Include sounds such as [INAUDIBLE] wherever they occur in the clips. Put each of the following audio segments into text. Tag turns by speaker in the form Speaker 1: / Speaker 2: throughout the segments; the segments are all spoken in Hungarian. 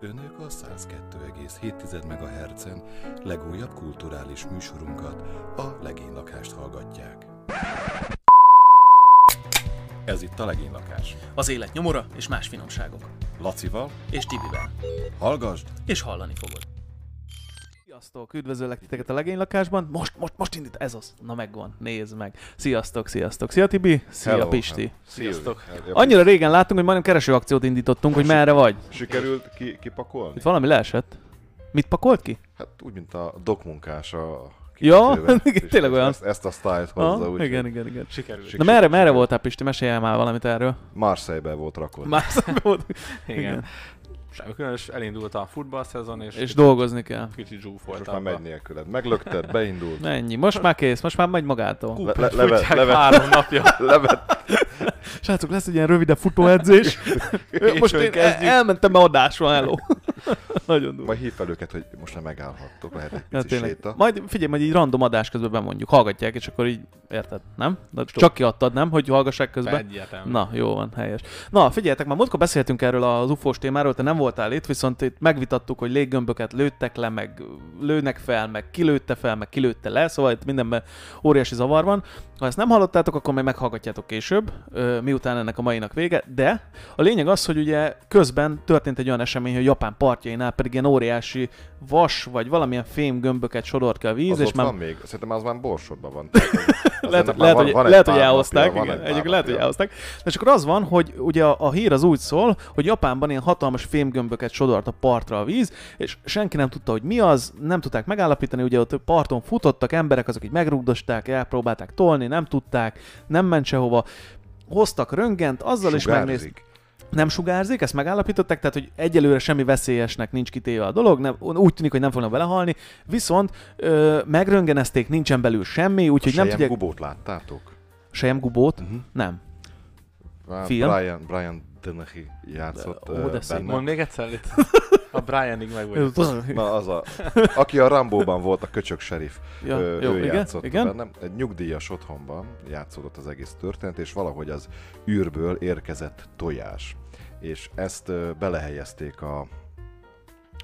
Speaker 1: Önök a 102,7 MHz-en legújabb kulturális műsorunkat, a Legénylakást hallgatják. Ez itt a Legénylakás.
Speaker 2: Az élet nyomora és más finomságok.
Speaker 1: Lacival,
Speaker 2: És Tibivel.
Speaker 1: hallgasd!
Speaker 2: És hallani fogod. Sziasztok, üdvözöllek titeket a legénylakásban. Most, most, most indít, ez az. Na megvan, nézd meg. Sziasztok, sziasztok. Szia Tibi, szia
Speaker 3: Hello,
Speaker 2: Pisti.
Speaker 3: hello.
Speaker 2: Sziasztok.
Speaker 3: Szia,
Speaker 2: Annyira régen láttunk, hogy majdnem kereső akciót indítottunk, hogy merre vagy.
Speaker 3: Sikerült ki, kipakolni?
Speaker 2: Itt valami leesett. Mit pakolt ki?
Speaker 3: Hát úgy, mint a dokmunkás a
Speaker 2: Ja, [LAUGHS]
Speaker 3: kikötőben.
Speaker 2: igen,
Speaker 3: És
Speaker 2: tényleg olyan.
Speaker 3: Ezt, ezt a sztájt hozza,
Speaker 2: ha?
Speaker 3: úgy,
Speaker 2: igen, igen, igen.
Speaker 4: Sikerült.
Speaker 2: Na merre, merre voltál Pisti? Meséljél már valamit erről.
Speaker 3: marseille volt rakod.
Speaker 2: Már szemben volt. igen.
Speaker 4: Igen. Semmi különös, elindult a futballszezon, és,
Speaker 2: És
Speaker 4: és
Speaker 2: dolgozni kell.
Speaker 4: kicsit
Speaker 3: Most már
Speaker 4: zsúfoltam.
Speaker 3: megy nélküled. Meglökted, beindult.
Speaker 2: Mennyi? Most már kész, most már megy magától.
Speaker 3: Le, le,
Speaker 4: Kupát
Speaker 3: levet,
Speaker 4: fújtják
Speaker 3: levet,
Speaker 4: [LAUGHS] három napja.
Speaker 3: levet,
Speaker 2: Srácok, lesz egy ilyen rövidebb futóedzés.
Speaker 4: És
Speaker 2: Most
Speaker 4: hogy
Speaker 2: én el-
Speaker 4: kezdjük?
Speaker 2: elmentem be adásra, hello. Nagyon durva.
Speaker 3: majd hív fel őket, hogy most már megállhattok, lehet egy
Speaker 2: Ja,
Speaker 3: pici
Speaker 2: tényleg.
Speaker 3: séta.
Speaker 2: Majd figyelj, majd így random adás közben bemondjuk. Hallgatják, és akkor így érted, nem? De csak kiadtad, nem? Hogy hallgassák közben.
Speaker 4: Egyetem.
Speaker 2: Na, jó van, helyes. Na, figyeljetek, már múltkor beszéltünk erről az ufós témáról, te nem voltál itt, viszont itt megvitattuk, hogy léggömböket lőttek le, meg lőnek fel, meg kilőtte fel, meg kilőtte le, szóval itt mindenben óriási zavar van. Ha ezt nem hallottátok, akkor majd meghallgatjátok később, ö, miután ennek a mainak vége, de a lényeg az, hogy ugye közben történt egy olyan esemény, hogy Japán partjainál pedig ilyen óriási vas vagy valamilyen fém gömböket sodort ki a víz,
Speaker 3: Az
Speaker 2: és
Speaker 3: ott
Speaker 2: már
Speaker 3: van még? Szerintem az már borsodban
Speaker 2: [LAUGHS]
Speaker 3: van.
Speaker 2: lehet,
Speaker 3: Lehet,
Speaker 2: lehet, hogy, lehet, hogy elhozták, igen, egyik lehet, hogy elhozták. Na, És akkor az van, hogy ugye a, a hír az úgy szól, hogy Japánban ilyen hatalmas fémgömböket sodort a partra a víz, és senki nem tudta, hogy mi az, nem tudták megállapítani, ugye ott parton futottak emberek, azok így megrugdosták, elpróbálták tolni, nem tudták, nem ment sehova. Hoztak röngent, azzal is megnézték. Nem sugárzik, ezt megállapították, tehát hogy egyelőre semmi veszélyesnek nincs kitéve a dolog, nem, úgy tűnik, hogy nem fognak belehalni, viszont ö, megröngenezték, nincsen belül semmi, úgyhogy nem tudják...
Speaker 3: gubót láttátok?
Speaker 2: Sejem Gubót?
Speaker 3: Mhm.
Speaker 2: Nem.
Speaker 3: Már
Speaker 2: Film?
Speaker 3: Brian, Brian Dennehy játszott
Speaker 2: Ó,
Speaker 3: ö,
Speaker 2: de szép.
Speaker 3: benne.
Speaker 4: Mondd még
Speaker 3: [LAUGHS]
Speaker 4: egyszer itt. A Brianig meg vagy.
Speaker 3: Na az a, aki a Rambóban volt a köcsök serif,
Speaker 2: Ja,
Speaker 3: ja, ő,
Speaker 2: jó,
Speaker 3: ő
Speaker 2: igen,
Speaker 3: játszott
Speaker 2: igen.
Speaker 3: bennem. Egy nyugdíjas otthonban játszódott az egész történet, és valahogy az űrből érkezett tojás. És ezt ö, belehelyezték a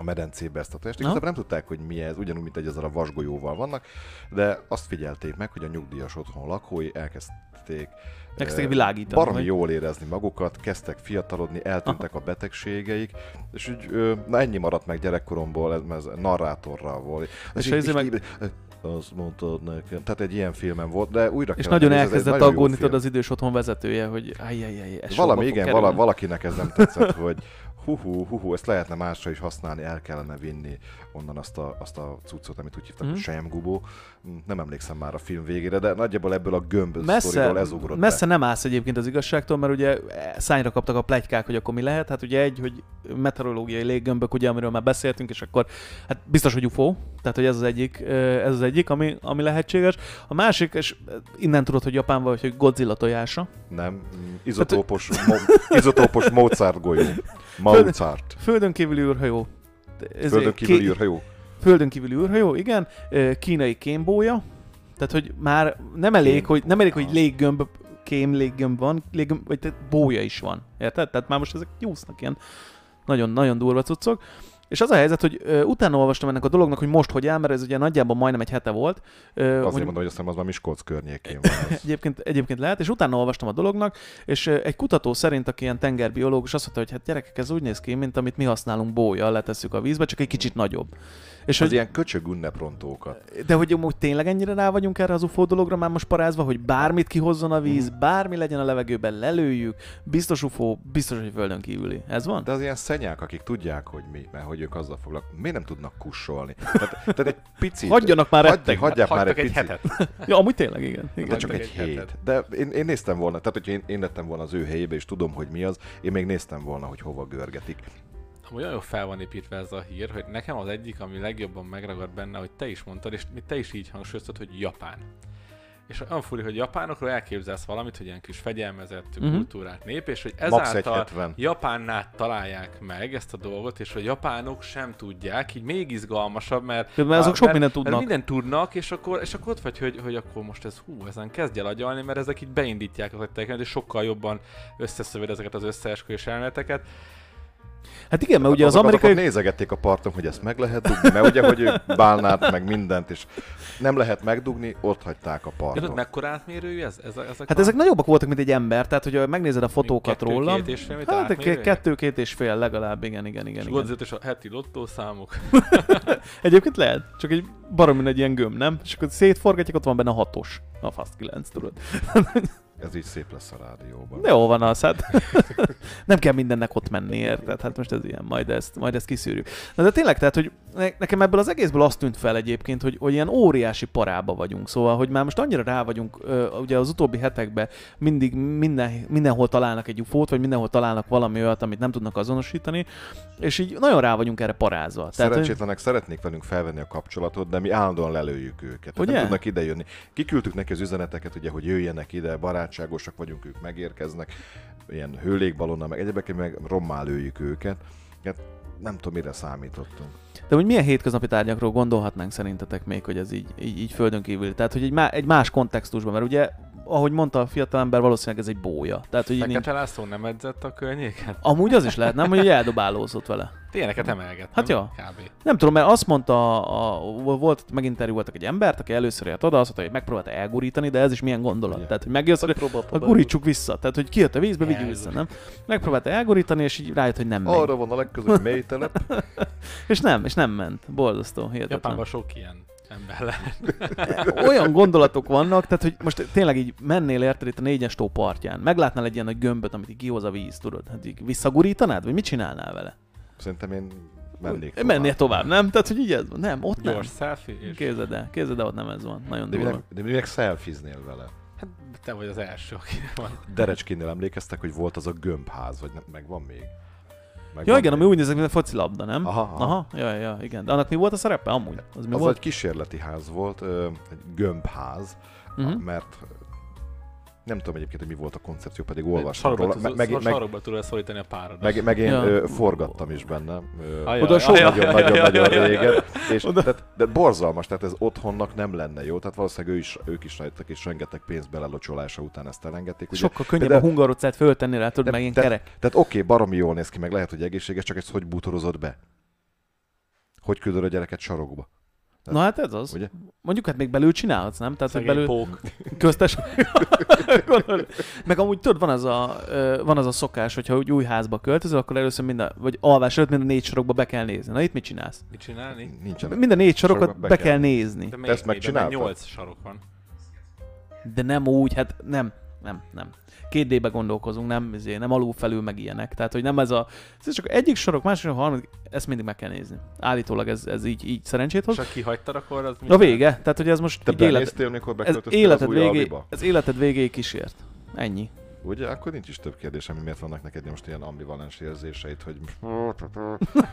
Speaker 3: a medencébe ezt a tojást.
Speaker 2: Na.
Speaker 3: Igazából nem tudták, hogy mi ez, ugyanúgy, mint egy ezzel a vasgolyóval vannak, de azt figyelték meg, hogy a nyugdíjas otthon lakói elkezdték
Speaker 2: Elkezdték
Speaker 3: ö,
Speaker 2: világítani,
Speaker 3: Baromi
Speaker 2: vagy?
Speaker 3: jól érezni magukat, kezdtek fiatalodni, eltűntek a betegségeik, és úgy, ö, na ennyi maradt meg gyerekkoromból, ez, mert ez narrátorral volt.
Speaker 2: És ha izé meg-
Speaker 3: Azt mondtad nekem. Tehát egy ilyen filmen volt, de újra
Speaker 2: És
Speaker 3: kellene
Speaker 2: nagyon
Speaker 3: nézni, ez egy
Speaker 2: elkezdett
Speaker 3: nagyon jó
Speaker 2: aggódni
Speaker 3: film.
Speaker 2: tudod az idős otthon vezetője, hogy ajjajjaj, ez
Speaker 3: Valami,
Speaker 2: sokba fog
Speaker 3: igen, vala,
Speaker 2: kerülni.
Speaker 3: valakinek ez nem tetszett, hogy huhu, huhu, ezt lehetne másra is használni, el kellene vinni onnan azt a, azt a cuccot, amit úgy hívtak,
Speaker 2: Mhm.
Speaker 3: hogy sejemgubó. Mm, Nem emlékszem már a film végére, de nagyjából ebből a gömb sztoriból
Speaker 2: Messze,
Speaker 3: ez ugrott be.
Speaker 2: messze nem állsz egyébként az igazságtól, mert ugye eh, szányra kaptak a plegykák, hogy akkor mi lehet. Hát ugye egy, hogy meteorológiai léggömbök, ugye, amiről már beszéltünk, és akkor hát biztos, hogy UFO, tehát hogy ez az egyik, ö, ez az egyik ami, ami lehetséges. A másik, és eh, innen tudod, hogy Japán vagy, hogy Godzilla tojása.
Speaker 3: Nem, mm,
Speaker 4: Hát,
Speaker 3: izotópos, mo- izotópos Mozart golyó. Mozart.
Speaker 2: Földön kívüli űrhajó. Ez
Speaker 3: Földön
Speaker 2: ké-
Speaker 3: kívüli űrhajó.
Speaker 2: Földön kívüli űrhajó, igen, ö, kínai kémbója, tehát hogy már nem elég,
Speaker 3: Kémbó.
Speaker 2: hogy, nem elég, hogy
Speaker 3: Aha.
Speaker 2: léggömb, kém léggömb van, léggömb, vagy tehát bója is van, érted? Tehát már most ezek nyúsznak ilyen nagyon-nagyon durva cuccok. És az a helyzet, hogy ö, utána olvastam ennek a dolognak, hogy most hogy áll, mert ez ugye nagyjából majdnem egy hete volt. Ö,
Speaker 3: Azért
Speaker 2: hogy-
Speaker 3: mondom, hogy azt hiszem, az már Miskolc környékén
Speaker 4: [LAUGHS]
Speaker 3: van. Ez.
Speaker 2: Egyébként, egyébként lehet, és utána olvastam a dolognak, és ö, egy kutató szerint, aki ilyen tengerbiológus, azt mondta, hogy hát gyerekek, ez úgy néz ki, mint amit mi használunk bója, letesszük a vízbe, csak egy kicsit nagyobb. És
Speaker 3: Az ilyen köcsög ünneprontókat.
Speaker 2: de hogy amúgy tényleg ennyire rá vagyunk erre az UFO dologra már most parázva, hogy bármit kihozzon a víz,
Speaker 4: Mhm.
Speaker 2: bármi legyen a levegőben, lelőjük, biztos UFO, biztos, hogy földön kívüli. Ez van?
Speaker 3: De az ilyen szenyák, akik tudják, hogy mi, mert hogy ők azzal foglalkoznak. Miért nem tudnak kussolni? Tehát, tehát egy picit...
Speaker 2: Hagyjanak már
Speaker 3: Hagy-
Speaker 2: rettegni.
Speaker 3: Hagyják már egy
Speaker 4: Hagytak egy,
Speaker 3: picit.
Speaker 4: hetet.
Speaker 2: Ja, amúgy tényleg, igen.
Speaker 3: De
Speaker 2: igen.
Speaker 3: csak
Speaker 4: Hagytak
Speaker 3: egy
Speaker 4: egy hetet.
Speaker 3: hét. De én, én néztem volna, tehát hogyha én, én lettem volna az ő helyébe, és tudom, hogy mi az, én még néztem volna, hogy hova görgetik.
Speaker 4: Amúgy olyan jól fel van építve ez a hír, hogy nekem az egyik, ami legjobban megragad benne, hogy te is mondtad, és te is így hangsúlyoztad, hogy Japán. És olyan furi, hogy japánokról elképzelsz valamit, hogy ilyen kis fegyelmezett,
Speaker 2: Mhm.
Speaker 4: uh-huh. kultúrát nép, és hogy
Speaker 3: Max
Speaker 4: ezáltal
Speaker 3: 1,70.
Speaker 4: Japánnál találják meg ezt a dolgot, és hogy japánok sem tudják, így még izgalmasabb, mert...
Speaker 2: Mert azok sok mindent
Speaker 4: mert
Speaker 2: tudnak.
Speaker 4: mindent tudnak, és akkor, és akkor ott vagy, hogy, hogy akkor most ez hú, ezen kezdj el agyalni, mert ezek így beindítják az agytejeket, és sokkal jobban összeszöved ezeket az összeesküvés elméleteket.
Speaker 2: Hát igen, mert ugye az
Speaker 3: Azokat
Speaker 2: amerikai...
Speaker 3: ott nézegették a parton, hogy ezt meg lehet dugni, mert ugye, hogy ők bálnát, meg mindent, és nem lehet megdugni, ott hagyták a
Speaker 4: Tudod,
Speaker 3: parton.
Speaker 4: mekkora átmérőjű ez? ez, ez
Speaker 2: Hát ezek nagyobbak voltak, mint egy ember, tehát hogyha megnézed a fotókat
Speaker 4: kettő,
Speaker 2: róla...
Speaker 4: két és fél méter
Speaker 2: hát
Speaker 4: átmérője?
Speaker 2: kettő, két és fél legalább, igen, igen, igen.
Speaker 4: és
Speaker 2: igen.
Speaker 4: Godzilla és a heti lottószámok.
Speaker 2: Egyébként lehet, csak egy baromi nagy ilyen gömb, nem? És akkor szétforgatják, ott van benne a hatos. A Fast 9, tudod.
Speaker 3: Ez így szép lesz a rádióban.
Speaker 2: De jó van az, hát [LAUGHS] nem kell mindennek ott menni, érted? Hát most ez ilyen, majd ezt, majd ezt kiszűrjük. Na de tényleg, tehát, hogy ne- nekem ebből az egészből azt tűnt fel egyébként, hogy, hogy ilyen óriási parába vagyunk. Szóval, hogy már most annyira rá vagyunk, ö, ugye az utóbbi hetekben mindig minden, mindenhol találnak egy ufót, vagy mindenhol találnak valami olyat, amit nem tudnak azonosítani, és így nagyon rá vagyunk erre parázva. Tehát, hogy-
Speaker 3: Szerencsétlenek szeretnék velünk felvenni a kapcsolatot, de mi állandóan lelőjük őket.
Speaker 2: Ugye?
Speaker 3: Ugye? Nem tudnak ide jönni. Kiküldtük neki az üzeneteket, ugye, hogy jöjjenek ide, barátságosak vagyunk, ők megérkeznek, ilyen hőlékbalonnal, meg egyebekkel, meg rommá lőjük őket. Hát nem tudom, mire számítottunk.
Speaker 2: De hogy milyen hétköznapi tárgyakról gondolhatnánk szerintetek még, hogy ez így, így, így földön kívül? Tehát, hogy egy, má, egy más kontextusban, mert ugye, ahogy mondta a fiatalember, valószínűleg ez egy bója. Tehát, hogy így nincs...
Speaker 4: Fekete László nem edzett a környéken?
Speaker 2: Amúgy az is lehet, nem, hogy így eldobálózott vele.
Speaker 4: Tényeket emelgettem.
Speaker 2: Hát jó.
Speaker 4: Kb.
Speaker 2: Nem tudom, mert azt mondta, a, a, volt, meginterjúoltak egy embert, aki először jött oda, azt mondta, hogy megpróbálta elgurítani, de ez is milyen gondolat.
Speaker 3: Igen.
Speaker 2: Tehát, hogy megjössz, hogy a gurítsuk vissza. Tehát, hogy kijött a vízbe, vigyük
Speaker 4: Jézus.
Speaker 2: vissza, nem? Megpróbálta elgurítani, és így rájött, hogy nem ment.
Speaker 3: Arra van a legközelebbi mély telep.
Speaker 2: És nem, és nem ment. Borzasztó, hihetetlen.
Speaker 4: Japánban sok ilyen ember lehet.
Speaker 2: olyan gondolatok vannak, tehát hogy most tényleg így mennél érted itt a négyes tó partján, meglátnál egy ilyen nagy gömböt, amit így kihoz a víz, tudod? Hát így visszagurítanád, vagy mit csinálnál vele?
Speaker 3: Szerintem én mennék
Speaker 2: tovább. Mennél tovább, nem? Tehát, hogy így ez van. Nem, ott nem.
Speaker 4: Gyors selfie, és
Speaker 2: Képzeld el, képzeld el, ott nem ez van. Nagyon
Speaker 3: De mi,
Speaker 2: durva.
Speaker 3: meg, de mi meg selfiznél vele.
Speaker 4: hát te vagy az első, aki van.
Speaker 3: Derecskénél emlékeztek, hogy volt az a gömbház, vagy nem, meg van még? Meg
Speaker 2: Ja,
Speaker 3: van
Speaker 2: igen,
Speaker 3: még.
Speaker 2: ami úgy nézek, mint egy focilabda, nem?
Speaker 3: Aha,
Speaker 2: aha.
Speaker 3: aha.
Speaker 2: aha ja, ja, igen. De annak mi volt a szerepe amúgy? Az mi
Speaker 3: az
Speaker 2: volt?
Speaker 3: egy kísérleti ház volt, ö, egy gömbház,
Speaker 2: Mhm.
Speaker 3: uh-huh. mert nem tudom egyébként, hogy mi volt a koncepció, pedig olvastam
Speaker 4: Sarokba
Speaker 3: róla.
Speaker 4: tudod-
Speaker 3: Meg, meg, meg,
Speaker 4: Sarokba tudod szorítani a párodat.
Speaker 3: meg, meg én
Speaker 2: Ja.
Speaker 3: ja. forgattam is benne. ö,
Speaker 4: Ajaj,
Speaker 2: Oda sok-
Speaker 4: ajaj, ajaj,
Speaker 3: Nagyon-nagyon-nagyon
Speaker 4: ajaj, ajaj,
Speaker 3: régen. És tehát, de borzalmas, tehát ez otthonnak nem lenne jó. Tehát valószínűleg ő is, ők is rájöttek, és rengeteg pénz belelocsolása után ezt elengedték. Ugye,
Speaker 2: Sokkal könnyebb a
Speaker 3: például-
Speaker 2: hungarocát föltenni rá, tudod,
Speaker 3: de-
Speaker 2: meg ilyen
Speaker 3: tehát-
Speaker 2: kerek.
Speaker 3: Tehát oké, okay, baromi jól néz ki, meg lehet, hogy egészséges, csak ez hogy bútorozott be? Hogy küldöd a gyereket sarokba?
Speaker 2: Na hát ez az.
Speaker 3: Ugye?
Speaker 2: Mondjuk hát még belül csinálhatsz, nem? Tehát, hogy belül...
Speaker 4: Szegény pók.
Speaker 2: Köztes. [LAUGHS] Gondolod. Meg amúgy tudod, van az a, ö, van az a szokás, hogyha úgy új házba költözöl, akkor először mind a, vagy alvás előtt mind a négy sorokba be kell nézni. Na itt mit csinálsz?
Speaker 4: Mit csinálni?
Speaker 3: Nincsenek.
Speaker 2: Mind a négy sorokat
Speaker 3: Sorokba
Speaker 2: be,
Speaker 3: be
Speaker 2: be
Speaker 3: kell.
Speaker 2: kell nézni.
Speaker 4: De
Speaker 3: ezt megcsináltad?
Speaker 4: 8 sarok van.
Speaker 2: De nem úgy, hát nem, nem, nem. Két D-be gondolkozunk, nem, izé, nem alulfelül meg ilyenek. Tehát, hogy nem ez a... Ez csak egyik sorok, másik sorok, harmadik, ezt mindig meg kell nézni. Állítólag ez, ez így, így szerencsét
Speaker 4: És
Speaker 2: hoz.
Speaker 4: ha kihagytad, akkor az...
Speaker 2: A vége, tehát hogy ez most
Speaker 3: Te
Speaker 2: így élet,
Speaker 3: benéztél, mikor
Speaker 2: ez
Speaker 3: beköltöztél
Speaker 2: életed,
Speaker 3: az új
Speaker 2: végé,
Speaker 3: alviba?
Speaker 2: ez életed végéig kísért. Ennyi.
Speaker 3: Ugye? Akkor nincs is több kérdésem, hogy miért vannak neked most ilyen ambivalens
Speaker 2: [LAUGHS]
Speaker 3: érzéseid, hogy...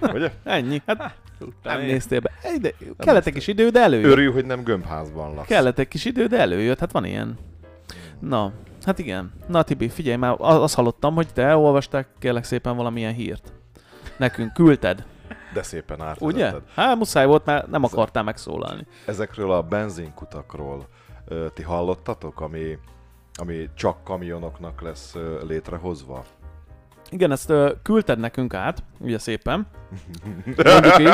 Speaker 3: Ugye?
Speaker 2: Ennyi. Hát nem
Speaker 4: én-
Speaker 2: néztél be. Egy, de, kellett egy kis idő, de előjött.
Speaker 3: Örül, hogy nem gömbházban laksz.
Speaker 2: Kellett egy kis idő, de előjött. Hát van ilyen. Na, hát igen. Na Tibi, figyelj már, a- azt hallottam, hogy te olvasták kérlek szépen valamilyen hírt. Nekünk küldted,
Speaker 3: De szépen átvezetted.
Speaker 2: ugye? Hát muszáj volt, mert nem akartál megszólalni.
Speaker 3: Ezekről a benzinkutakról ö, ti hallottatok, ami, ami csak kamionoknak lesz ö, létrehozva?
Speaker 2: Igen, ezt ö, küldted nekünk át, ugye szépen. Mondjuk így,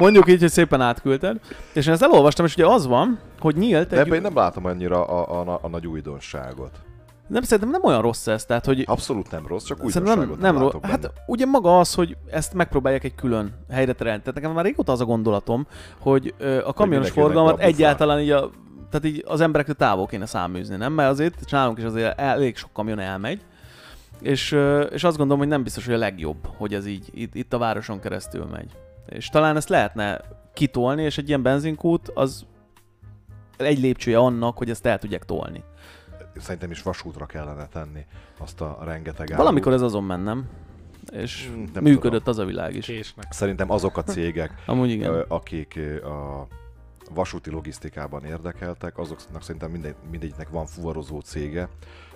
Speaker 2: mondjuk így hogy szépen átküldted. És én ezt elolvastam, és ugye az van, hogy nyílt
Speaker 3: De
Speaker 2: egy...
Speaker 3: ebben én nem látom annyira a, a, a, a nagy újdonságot.
Speaker 2: Nem, szerintem nem olyan rossz ez, tehát hogy
Speaker 3: Abszolút nem rossz, csak
Speaker 2: Szerintem
Speaker 3: újdonságot
Speaker 2: nem,
Speaker 3: nem,
Speaker 2: nem
Speaker 3: látok
Speaker 2: ro-
Speaker 3: benne.
Speaker 2: Hát ugye maga az, hogy ezt megpróbálják egy külön helyre terelni. Tehát nekem már régóta az a gondolatom, hogy ö, a kamionos
Speaker 3: mindenkinek
Speaker 2: forgalmat
Speaker 3: rabufál.
Speaker 2: egyáltalán így a, tehát így az emberektől távol kéne száműzni, nem? Mert azért nálunk is azért elég sok kamion elmegy. És, ö, és azt gondolom, hogy nem biztos, hogy a legjobb, hogy ez így itt, itt a városon keresztül megy. És talán ezt lehetne kitolni, és egy ilyen benzinkút az egy lépcsője annak, hogy ezt el tudják tolni.
Speaker 3: Szerintem is vasútra kellene tenni azt a rengeteg árut.
Speaker 2: Valamikor ez azon mennem, és
Speaker 3: Hmm, nem
Speaker 2: működött az a világ is.
Speaker 4: Késnek.
Speaker 3: Szerintem azok a cégek,
Speaker 2: Amúgy igen.
Speaker 3: ö, akik ö, a vasúti logisztikában érdekeltek, azoknak szerintem mindegy, mindegyiknek van fuvarozó cége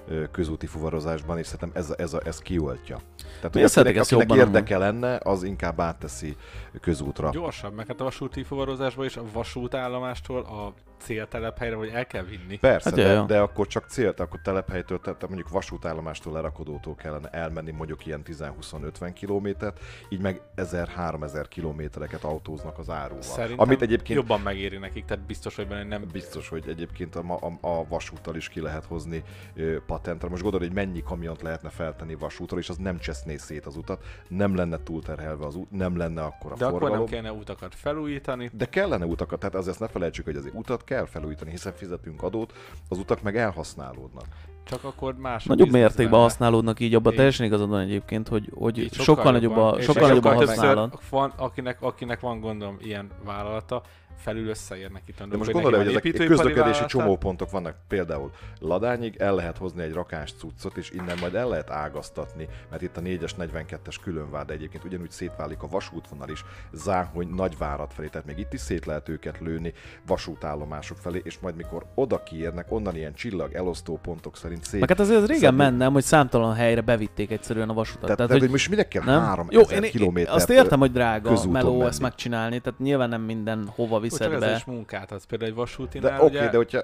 Speaker 3: ö, közúti fuvarozásban, és szerintem ez, ez, a, ez kioltja. Tehát, hogy
Speaker 2: Miért szeretik
Speaker 3: akinek,
Speaker 2: ezt
Speaker 3: akinek
Speaker 2: jobban amúgy?
Speaker 3: érdeke lenne, az inkább átteszi közútra.
Speaker 4: Gyorsabb, meg hát a vasúti fuvarozásban is a vasútállomástól a céltelephelyre, hogy el kell vinni.
Speaker 3: Persze,
Speaker 2: Hát
Speaker 3: hát de,
Speaker 2: jaj, jaj.
Speaker 3: de akkor csak célt, akkor telephelytől, tehát mondjuk vasútállomástól lerakodótól kellene elmenni mondjuk ilyen 10-20-50 kilométert, így meg 1000-3000 kilométereket autóznak az áróval.
Speaker 4: Szerintem
Speaker 3: Amit egyébként jobb.
Speaker 4: jobban megéri nekik, tehát biztos, hogy benne nem
Speaker 3: biztos, hogy egyébként a, ma- a, a vasúttal is ki lehet hozni ö, patentre. Most gondolod, hogy mennyi kamiont lehetne feltenni vasútra, és az nem cseszné szét az utat, nem lenne túlterhelve az út, nem lenne akkora
Speaker 4: De
Speaker 3: forgalom.
Speaker 4: akkor nem kellene utakat felújítani.
Speaker 3: De kellene utakat, tehát azért ezt ne felejtsük, hogy az utat kell felújítani, hiszen fizetünk adót, az utak meg elhasználódnak.
Speaker 4: Csak akkor más. a
Speaker 2: Nagyobb
Speaker 4: biznisz
Speaker 2: mértékben
Speaker 4: lenne.
Speaker 2: használódnak így, abban
Speaker 4: Így.
Speaker 2: teljesen igazad van egyébként, hogy,
Speaker 4: Így
Speaker 2: hogy sokkal nagyobb
Speaker 4: jobban.
Speaker 2: a,
Speaker 4: És
Speaker 2: sokkal nagyobb a
Speaker 4: többször
Speaker 2: használat.
Speaker 4: Van, akinek, akinek van gondolom ilyen vállalata, felül összeérnek itt a
Speaker 3: De
Speaker 4: dolgok,
Speaker 3: most
Speaker 4: neki
Speaker 3: gondolj, hogy
Speaker 4: van
Speaker 3: ezek
Speaker 4: építőipari hát-
Speaker 3: közlekedési
Speaker 4: vállalata.
Speaker 3: csomópontok vannak, például Ladányig el lehet hozni egy rakás cuccot, és innen majd el lehet ágaztatni, mert itt a 4-es, 42-es különvád egyébként ugyanúgy szétválik a vasútvonal is, Záhony, Nagyvárad felé, tehát még itt is szét lehet őket lőni vasútállomások felé, és majd mikor oda kiérnek, onnan ilyen csillag elosztó pontok szerint szét.
Speaker 2: Meg hát azért az régen
Speaker 3: Szerintem-
Speaker 2: mennem, hogy számtalan helyre bevitték egyszerűen a vasutat.
Speaker 3: tehát, tehát, hogy, most minek kell
Speaker 2: nem?
Speaker 3: 3000
Speaker 2: én-
Speaker 3: kilométer?
Speaker 2: Azt értem, hogy drága
Speaker 3: közúton
Speaker 2: meló
Speaker 3: menni.
Speaker 2: ezt megcsinálni, tehát nyilván nem minden hova
Speaker 4: Úgy
Speaker 2: viszed
Speaker 4: Csak ez
Speaker 2: be.
Speaker 4: is munkát az például egy vasútinál,
Speaker 3: De oké,
Speaker 4: ugye,
Speaker 3: de hogyha...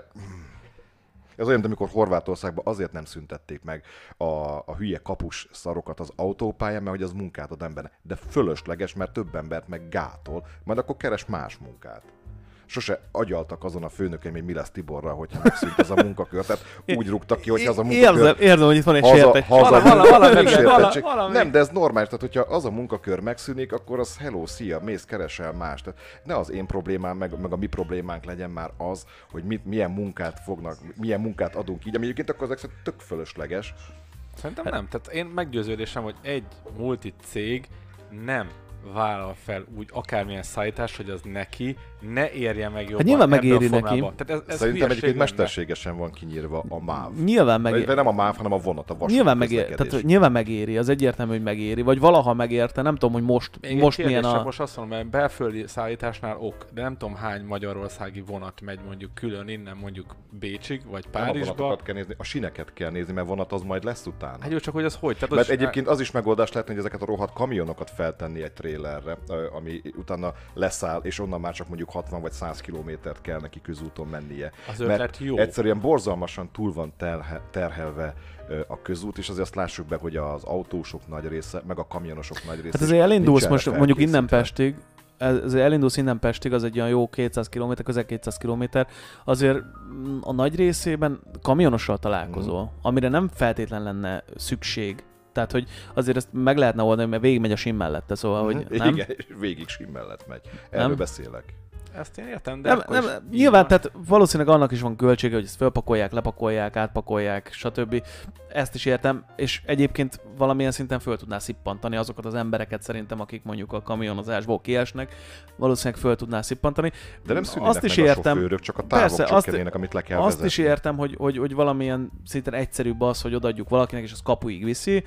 Speaker 3: Ez olyan, mint amikor Horvátországban azért nem szüntették meg a, a hülye kapus szarokat az autópályán, mert hogy az munkát ad embernek. De fölösleges, mert több embert meg gátol, majd akkor keres más munkát. Sose agyaltak azon a főnökeim, hogy mi lesz Tiborra, hogyha megszűnt ez a munkakör. Tehát úgy rúgtak ki, hogy ez a munkakör
Speaker 2: Érzem, érzem, hogy itt van egy
Speaker 3: haza,
Speaker 2: sértek.
Speaker 3: haza,
Speaker 2: Vala- vala- valami-
Speaker 3: nem,
Speaker 2: vala-
Speaker 3: sértettség.
Speaker 2: valami.
Speaker 3: nem, de ez normális, tehát hogyha az a munkakör megszűnik, akkor az hello, szia, mész, keresel más. Tehát ne az én problémám, meg, meg a mi problémánk legyen már az, hogy mit, milyen munkát fognak, milyen munkát adunk így, ami egyébként akkor ezek szerint tök fölösleges.
Speaker 4: Szerintem nem. Tehát én meggyőződésem, hogy egy multi cég nem vállal fel úgy akármilyen szállítás, hogy az neki ne érje meg jobban
Speaker 2: nyilván
Speaker 4: ebben a
Speaker 2: megéri
Speaker 4: formában.
Speaker 2: neki.
Speaker 4: Tehát ez, ez
Speaker 3: Szerintem
Speaker 4: hülyeség
Speaker 3: egyébként
Speaker 4: lenne.
Speaker 3: mesterségesen van kinyírva a MÁV.
Speaker 2: Nyilván
Speaker 3: Vagy
Speaker 2: meg,
Speaker 3: nem a MÁV, hanem a vonat, a vasúti
Speaker 2: Nyilván megéri,
Speaker 3: közlekedés.
Speaker 2: tehát, hogy nyilván megéri, az egyértelmű, hogy megéri, vagy valaha megérte, nem tudom, hogy most,
Speaker 4: Még
Speaker 2: most
Speaker 4: egy
Speaker 2: milyen
Speaker 4: kérdés,
Speaker 2: a...
Speaker 4: csak Most azt mondom, mert belföldi szállításnál ok, de nem tudom hány magyarországi vonat megy mondjuk külön innen mondjuk Bécsig, vagy
Speaker 3: Nem a
Speaker 4: Párizsba.
Speaker 3: vonatokat kell nézni, a sineket kell nézni, mert vonat az majd lesz utána.
Speaker 4: Hát jó, csak hogy az hogy? Tehát
Speaker 3: Mert
Speaker 4: az,
Speaker 3: egyébként az is megoldás lehetne, hogy ezeket a rohadt kamionokat feltenni egy trélerre, ö, ami utána leszáll, és onnan már csak mondjuk 60 vagy 100 kilométert kell neki közúton mennie.
Speaker 4: Az ötlet jó.
Speaker 3: Egyszerűen borzalmasan túl van terhe- terhelve ö, a közút, és azért azt lássuk be, hogy az autósok nagy része, meg a kamionosok nagy része.
Speaker 2: Hát
Speaker 3: is
Speaker 2: azért elindulsz
Speaker 3: nincs
Speaker 2: most
Speaker 3: erre
Speaker 2: mondjuk innen
Speaker 3: felkészítve.
Speaker 2: Pestig, ez- azért elindulsz innen Pestig, az egy olyan jó 200 km, közel 200 km, azért mm, a nagy részében kamionossal találkozol, amire nem feltétlen lenne szükség. Tehát, hogy azért ezt meg lehetne oldani, mert végigmegy a sim mellette, szóval, hogy nem?
Speaker 3: Mhm. Igen, és végig sim mellett megy. Erről
Speaker 2: Nem?
Speaker 3: beszélek.
Speaker 4: ezt én értem, de
Speaker 2: Nem,
Speaker 4: akkor
Speaker 2: nem,
Speaker 4: is így
Speaker 2: nyilván,
Speaker 4: van.
Speaker 2: tehát valószínűleg annak is van költsége, hogy ezt fölpakolják, lepakolják, átpakolják, stb. Ezt is értem, és egyébként valamilyen szinten föl tudná szippantani azokat az embereket szerintem, akik mondjuk a kamionozásból kiesnek, valószínűleg föl tudná szippantani.
Speaker 3: De nem szűnnek
Speaker 2: azt is
Speaker 3: meg a
Speaker 2: értem,
Speaker 3: sofőrök, csak a távok
Speaker 2: Persze,
Speaker 3: Persze,
Speaker 2: azt-
Speaker 3: csökkennének, amit le kell
Speaker 2: azt
Speaker 3: vezetni.
Speaker 2: is értem, hogy, hogy, hogy valamilyen szinten egyszerűbb az, hogy odaadjuk valakinek, és az kapuig viszi.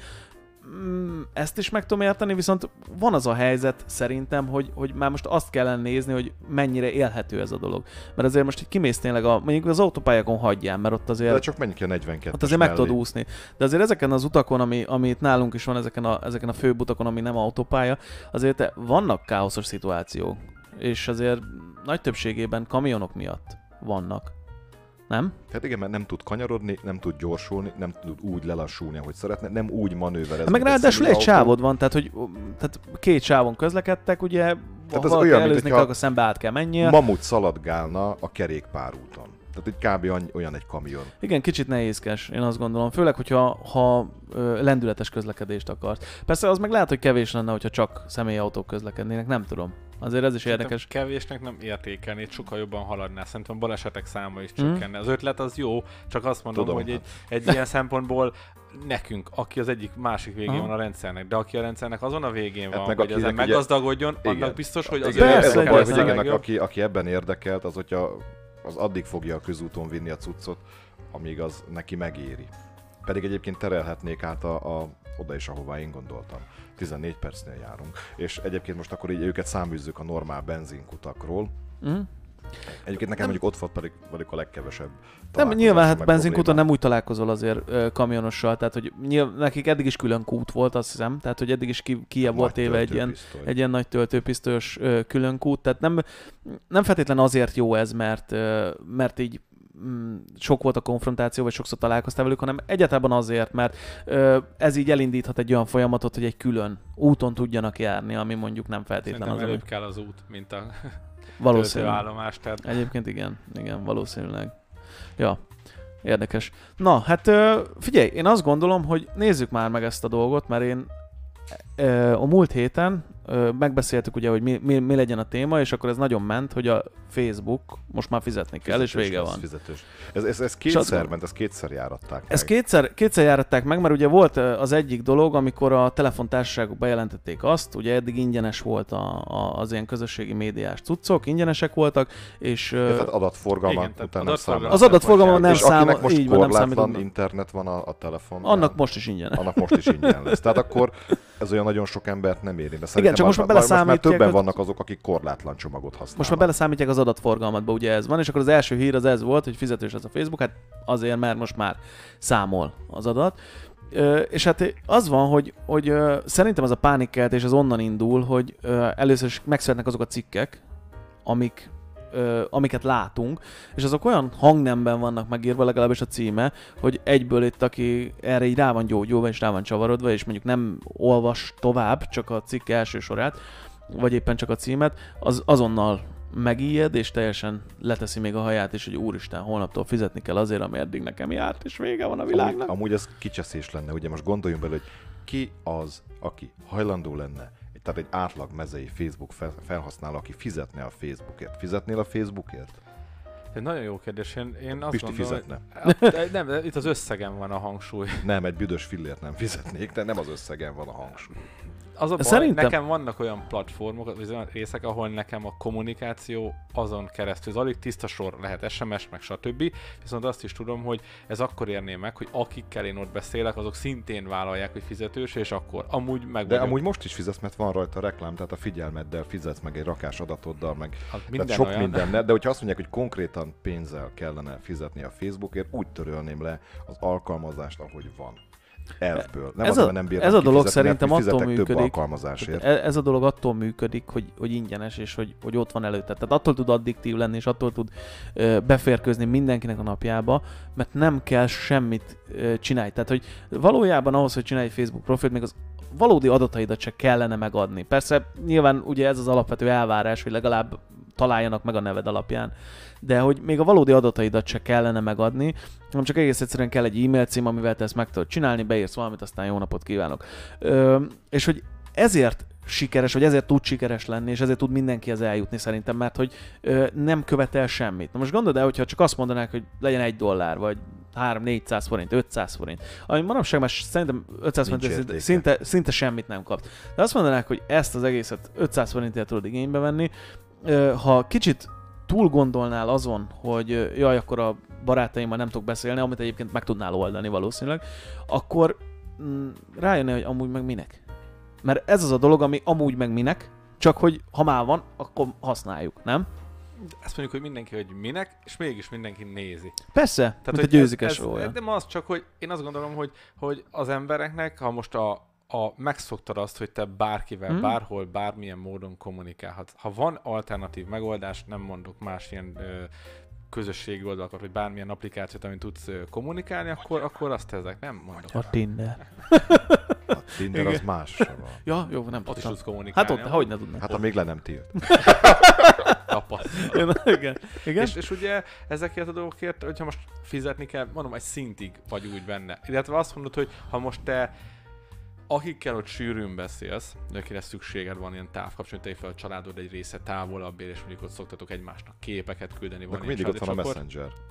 Speaker 2: Mm, Ezt is meg tudom érteni, viszont van az a helyzet szerintem, hogy, hogy már most azt kellene nézni, hogy mennyire élhető ez a dolog. Mert azért most így kimész tényleg, a, mondjuk az autópályákon hagyján, mert ott Hát azért...
Speaker 3: De csak menjünk ki a 42
Speaker 2: Ott azért meg tudod úszni. De azért ezeken az utakon, ami, ami itt nálunk is van, ezeken a, ezeken a főbb utakon, ami nem autópálya, azért vannak káoszos szituációk. És azért nagy többségében kamionok miatt vannak. Nem?
Speaker 3: Tehát Hát igen, mert nem tud kanyarodni, nem tud gyorsulni, nem tud úgy lelassulni, ahogy szeretne, nem úgy manőverezni.
Speaker 2: Ez Hát meg
Speaker 3: mint egy
Speaker 2: ráadásul egy
Speaker 3: szülőautó.
Speaker 2: sávod van, tehát, hogy tehát két sávon közlekedtek, ugye, tehát ha
Speaker 3: az
Speaker 2: valaki
Speaker 3: olyan, mint
Speaker 2: előzni kell,
Speaker 3: hogyha
Speaker 2: akkor szembe át kell mennie. Ma...
Speaker 3: Mamut szaladgálna a kerékpárúton. Tehát egy kb. any- olyan egy kamion.
Speaker 2: Igen, kicsit nehézkes, én azt gondolom. Főleg, hogyha ha, ö, lendületes közlekedést akarsz. Persze az meg lehet, hogy kevés lenne, hogyha csak személyautók közlekednének, nem tudom. Azért ez is érdekes.
Speaker 4: Szerintem Kevésnek nem értékelni, sokkal jobban haladná. Szerintem balesetek száma is csökkenne. Az ötlet az jó, csak azt mondom,
Speaker 3: Tudom,
Speaker 4: hogy egy,
Speaker 3: hát.
Speaker 4: egy ilyen szempontból nekünk, aki az egyik másik végén
Speaker 2: Aha.
Speaker 4: van a rendszernek, de aki a rendszernek azon a végén
Speaker 3: Hát
Speaker 4: van,
Speaker 3: meg
Speaker 4: hogy
Speaker 3: akinek
Speaker 4: ezen
Speaker 3: ugye-
Speaker 4: meggazdagodjon,
Speaker 3: Igen.
Speaker 4: annak biztos, hogy az
Speaker 3: Igen,
Speaker 2: Persze,
Speaker 3: ez a baj, hogy
Speaker 2: egyértelmű.
Speaker 3: igen,
Speaker 4: legjobb.
Speaker 3: aki, aki ebben érdekelt, az hogyha az addig fogja a közúton vinni a cuccot, amíg az neki megéri. Pedig egyébként terelhetnék át a, a oda is, ahová én gondoltam. 14 percnél járunk. És egyébként most akkor így őket száműzzük a normál benzinkutakról.
Speaker 2: Mhm.
Speaker 3: Egyébként nekem mondjuk ott volt pedig, pedig a legkevesebb
Speaker 2: Nem,
Speaker 3: találkozás,
Speaker 2: nyilván
Speaker 3: meg
Speaker 2: hát benzinkúton
Speaker 3: problémám.
Speaker 2: nem úgy találkozol azért ö, kamionossal, tehát hogy nyilv, nekik eddig is külön kút volt, azt hiszem, tehát hogy eddig is ki, ki volt
Speaker 3: Nagy
Speaker 2: téve egy ilyen,
Speaker 3: töltőpisztoly.
Speaker 2: egy ilyen nagy töltőpisztolyos ö, külön kút, tehát nem, nem feltétlen azért jó ez, mert, ö, mert így mm, sok volt a konfrontáció, vagy sokszor találkoztál velük, hanem egyáltalán azért, mert ö, ez így elindíthat egy olyan folyamatot, hogy egy külön úton tudjanak járni, ami mondjuk nem feltétlen
Speaker 4: Szerintem
Speaker 2: az, ami
Speaker 4: előbb kell az út, mint a
Speaker 2: valószínűleg.
Speaker 4: töltőállomás. Tehát
Speaker 2: Egyébként igen, igen, valószínűleg. Ja, érdekes. Na, hát ö, figyelj, én azt gondolom, hogy nézzük már meg ezt a dolgot, mert én ö, a múlt héten ö, megbeszéltük ugye, hogy mi, mi, mi legyen a téma, és akkor ez nagyon ment, hogy a Facebook most már fizetni kell, és
Speaker 3: Fizetős
Speaker 2: vége
Speaker 3: lesz,
Speaker 2: van.
Speaker 3: Fizetős. Ez, ez, ez
Speaker 2: És azt
Speaker 3: kétszer
Speaker 2: gondolom-
Speaker 3: ment, ez kétszer járatták
Speaker 2: Ezt
Speaker 3: meg.
Speaker 2: kétszer, kétszer járatták meg, mert ugye volt ö, az egyik dolog, amikor a telefontársaságok bejelentették azt, ugye eddig ingyenes volt a, a, az ilyen közösségi médiás cuccok, ingyenesek voltak, és... ö,
Speaker 3: Ja, Tehát adatforgalma
Speaker 4: Igen, tehát
Speaker 3: után nem
Speaker 4: adatforgalma-
Speaker 3: számít.
Speaker 2: Az adatforgalom nem
Speaker 3: és akinek
Speaker 2: számít,
Speaker 3: most
Speaker 2: így van, nem számít.
Speaker 3: korlátlan internet van a, a telefon.
Speaker 2: Annak most is ingyen.
Speaker 3: annak most is ingyen lesz. Tehát akkor ez olyan nagyon sok embert nem éri. De szerintem
Speaker 2: csak most már
Speaker 3: az- most már
Speaker 2: beleszámítják,
Speaker 3: többen
Speaker 2: hogy-
Speaker 3: vannak azok, akik korlátlan csomagot használnak.
Speaker 2: Most már beleszámítják az adatforgalmatba, ugye ez van, és akkor az első hír az ez volt, hogy fizetős lesz a Facebook, hát azért, mert most már számol az adat. Ö, és hát az van, hogy, hogy ö, szerintem ez a pánikkeltés az onnan indul, hogy ö, először is megszületnek azok a cikkek, amik, ö, amiket látunk, és azok olyan hangnemben vannak megírva, legalábbis a címe, hogy egyből itt, aki erre így rá van gyógyulva, és rá van csavarodva, és mondjuk nem olvas tovább, csak a cikk első sorát, vagy éppen csak a címet, az azonnal megijed, és teljesen leteszi még a haját, és hogy úristen, holnaptól fizetni kell azért, ami eddig nekem járt, és vége van a
Speaker 3: amúgy,
Speaker 2: világnak.
Speaker 3: amúgy ez kicseszés lenne, ugye most gondoljunk bele, hogy ki az, aki hajlandó lenne, egy- tehát egy átlag mezei Facebook fel- felhasználó, aki fizetne a Facebookért. Fizetnél a Facebookért?
Speaker 4: egy nagyon jó kérdés. Én, én azt
Speaker 3: Pisti
Speaker 4: gondolom, hogy-
Speaker 3: fizetne.
Speaker 4: Hát, Nem, de itt az összegen van a hangsúly.
Speaker 3: Nem, egy büdös fillért nem fizetnék, de nem az összegen van a hangsúly.
Speaker 4: Az a baj,
Speaker 2: Szerintem-
Speaker 4: Szerintem... nekem vannak olyan platformok, vagy olyan részek, ahol nekem a kommunikáció azon keresztül zajlik, tiszta sor lehet SMS, meg stb. Viszont azt is tudom, hogy ez akkor érné meg, hogy akikkel én ott beszélek, azok szintén vállalják, hogy fizetős, és akkor amúgy meg
Speaker 3: De
Speaker 4: vagyok.
Speaker 3: amúgy most is fizetsz, mert van rajta reklám, tehát a figyelmeddel fizetsz meg egy rakás adatoddal, meg
Speaker 4: Hát
Speaker 3: tehát
Speaker 4: minden
Speaker 3: sok
Speaker 4: olyan.
Speaker 3: minden. De hogyha azt mondják, hogy konkrétan pénzzel kellene fizetni a Facebookért, úgy törölném le az alkalmazást, ahogy van. Elfből. Nem
Speaker 2: Ez
Speaker 3: ez
Speaker 2: a-
Speaker 3: a, nem bírnak
Speaker 2: ez a dolog
Speaker 3: kifizetni, mert
Speaker 2: szerintem
Speaker 3: mi
Speaker 2: attól
Speaker 3: fizetek több
Speaker 2: működik. [LAUGHS]
Speaker 3: alkalmazásért.
Speaker 2: Tehát e- ez a dolog attól működik, hogy, hogy ingyenes, és hogy, hogy ott van előtte. Tehát attól tud addiktív lenni, és attól tud ö, beférkőzni mindenkinek a napjába, mert nem kell semmit ö, csinálni. Tehát, hogy valójában ahhoz, hogy csinálj egy Facebook profilt, még az valódi adataidat se kellene megadni. Persze nyilván ugye ez az alapvető elvárás, hogy legalább találjanak meg a neved alapján, de hogy még a valódi adataidat se kellene megadni, hanem csak egész egyszerűen kell egy e-mail cím, amivel te ezt meg tudod csinálni, beírsz valamit, aztán jó napot kívánok. Ö, és hogy ezért sikeres, vagy ezért tud sikeres lenni, és ezért tud mindenkihez eljutni szerintem, mert hogy ö, nem követel semmit. Na most gondold el, hogyha csak azt mondanák, hogy legyen egy dollár, vagy 3-400 forint, 500 forint, ami manapság már szerintem 500 forint
Speaker 3: Nincs
Speaker 2: szinte,
Speaker 3: értéke.
Speaker 2: szinte, szinte semmit nem kapsz. De azt mondanák, hogy ezt az egészet 500 forintért tudod igénybe venni, ö, ha kicsit túl gondolnál azon, hogy ö, jaj, akkor a barátaimmal nem tudok beszélni, amit egyébként meg tudnál oldani valószínűleg, akkor mm, rájönne, hogy amúgy meg minek. Mert ez az a dolog, ami amúgy meg minek, csak hogy ha már van, akkor használjuk, nem?
Speaker 4: Hát Ezt mondjuk, hogy mindenki, hogy minek, és mégis mindenki nézi.
Speaker 2: Persze, Tehát, mint
Speaker 4: hogy
Speaker 2: a
Speaker 4: ez-
Speaker 2: győzikes
Speaker 4: ez-
Speaker 2: róla.
Speaker 4: Nem az csak, hogy én azt gondolom, hogy, hogy az embereknek, ha most a, a megszoktad azt, hogy te bárkivel,
Speaker 2: Mhm.
Speaker 4: hmm. bárhol, bármilyen módon kommunikálhatsz. Ha van alternatív megoldás, nem mondok más ilyen ö, közösségi oldalakat, vagy bármilyen applikációt, amit tudsz ö, kommunikálni, akkor, akkor azt ezek nem mondok.
Speaker 2: A Tinder.
Speaker 3: A Tinder az más sem van.
Speaker 2: Ja, jó, nem
Speaker 4: Ott is
Speaker 2: tudtam.
Speaker 4: tudsz kommunikálni.
Speaker 2: Hát ott, hogy ne tudnám.
Speaker 3: Hát amíg le nem tilt.
Speaker 2: [LAUGHS]
Speaker 4: tapasztal.
Speaker 2: igen. igen.
Speaker 4: Hát- És, és ugye ezekért a dolgokért, hogyha most fizetni kell, mondom, egy szintig vagy úgy benne. Illetve azt mondod, hogy ha most te akikkel ott sűrűn beszélsz, akire szükséged van ilyen távkapcsolat, te fel a családod egy része távolabb él, és mondjuk ott szoktatok egymásnak képeket küldeni.
Speaker 3: De
Speaker 4: Van
Speaker 3: akkor
Speaker 4: ilyen
Speaker 3: mindig ott van a
Speaker 4: családi csoport.
Speaker 3: Messenger.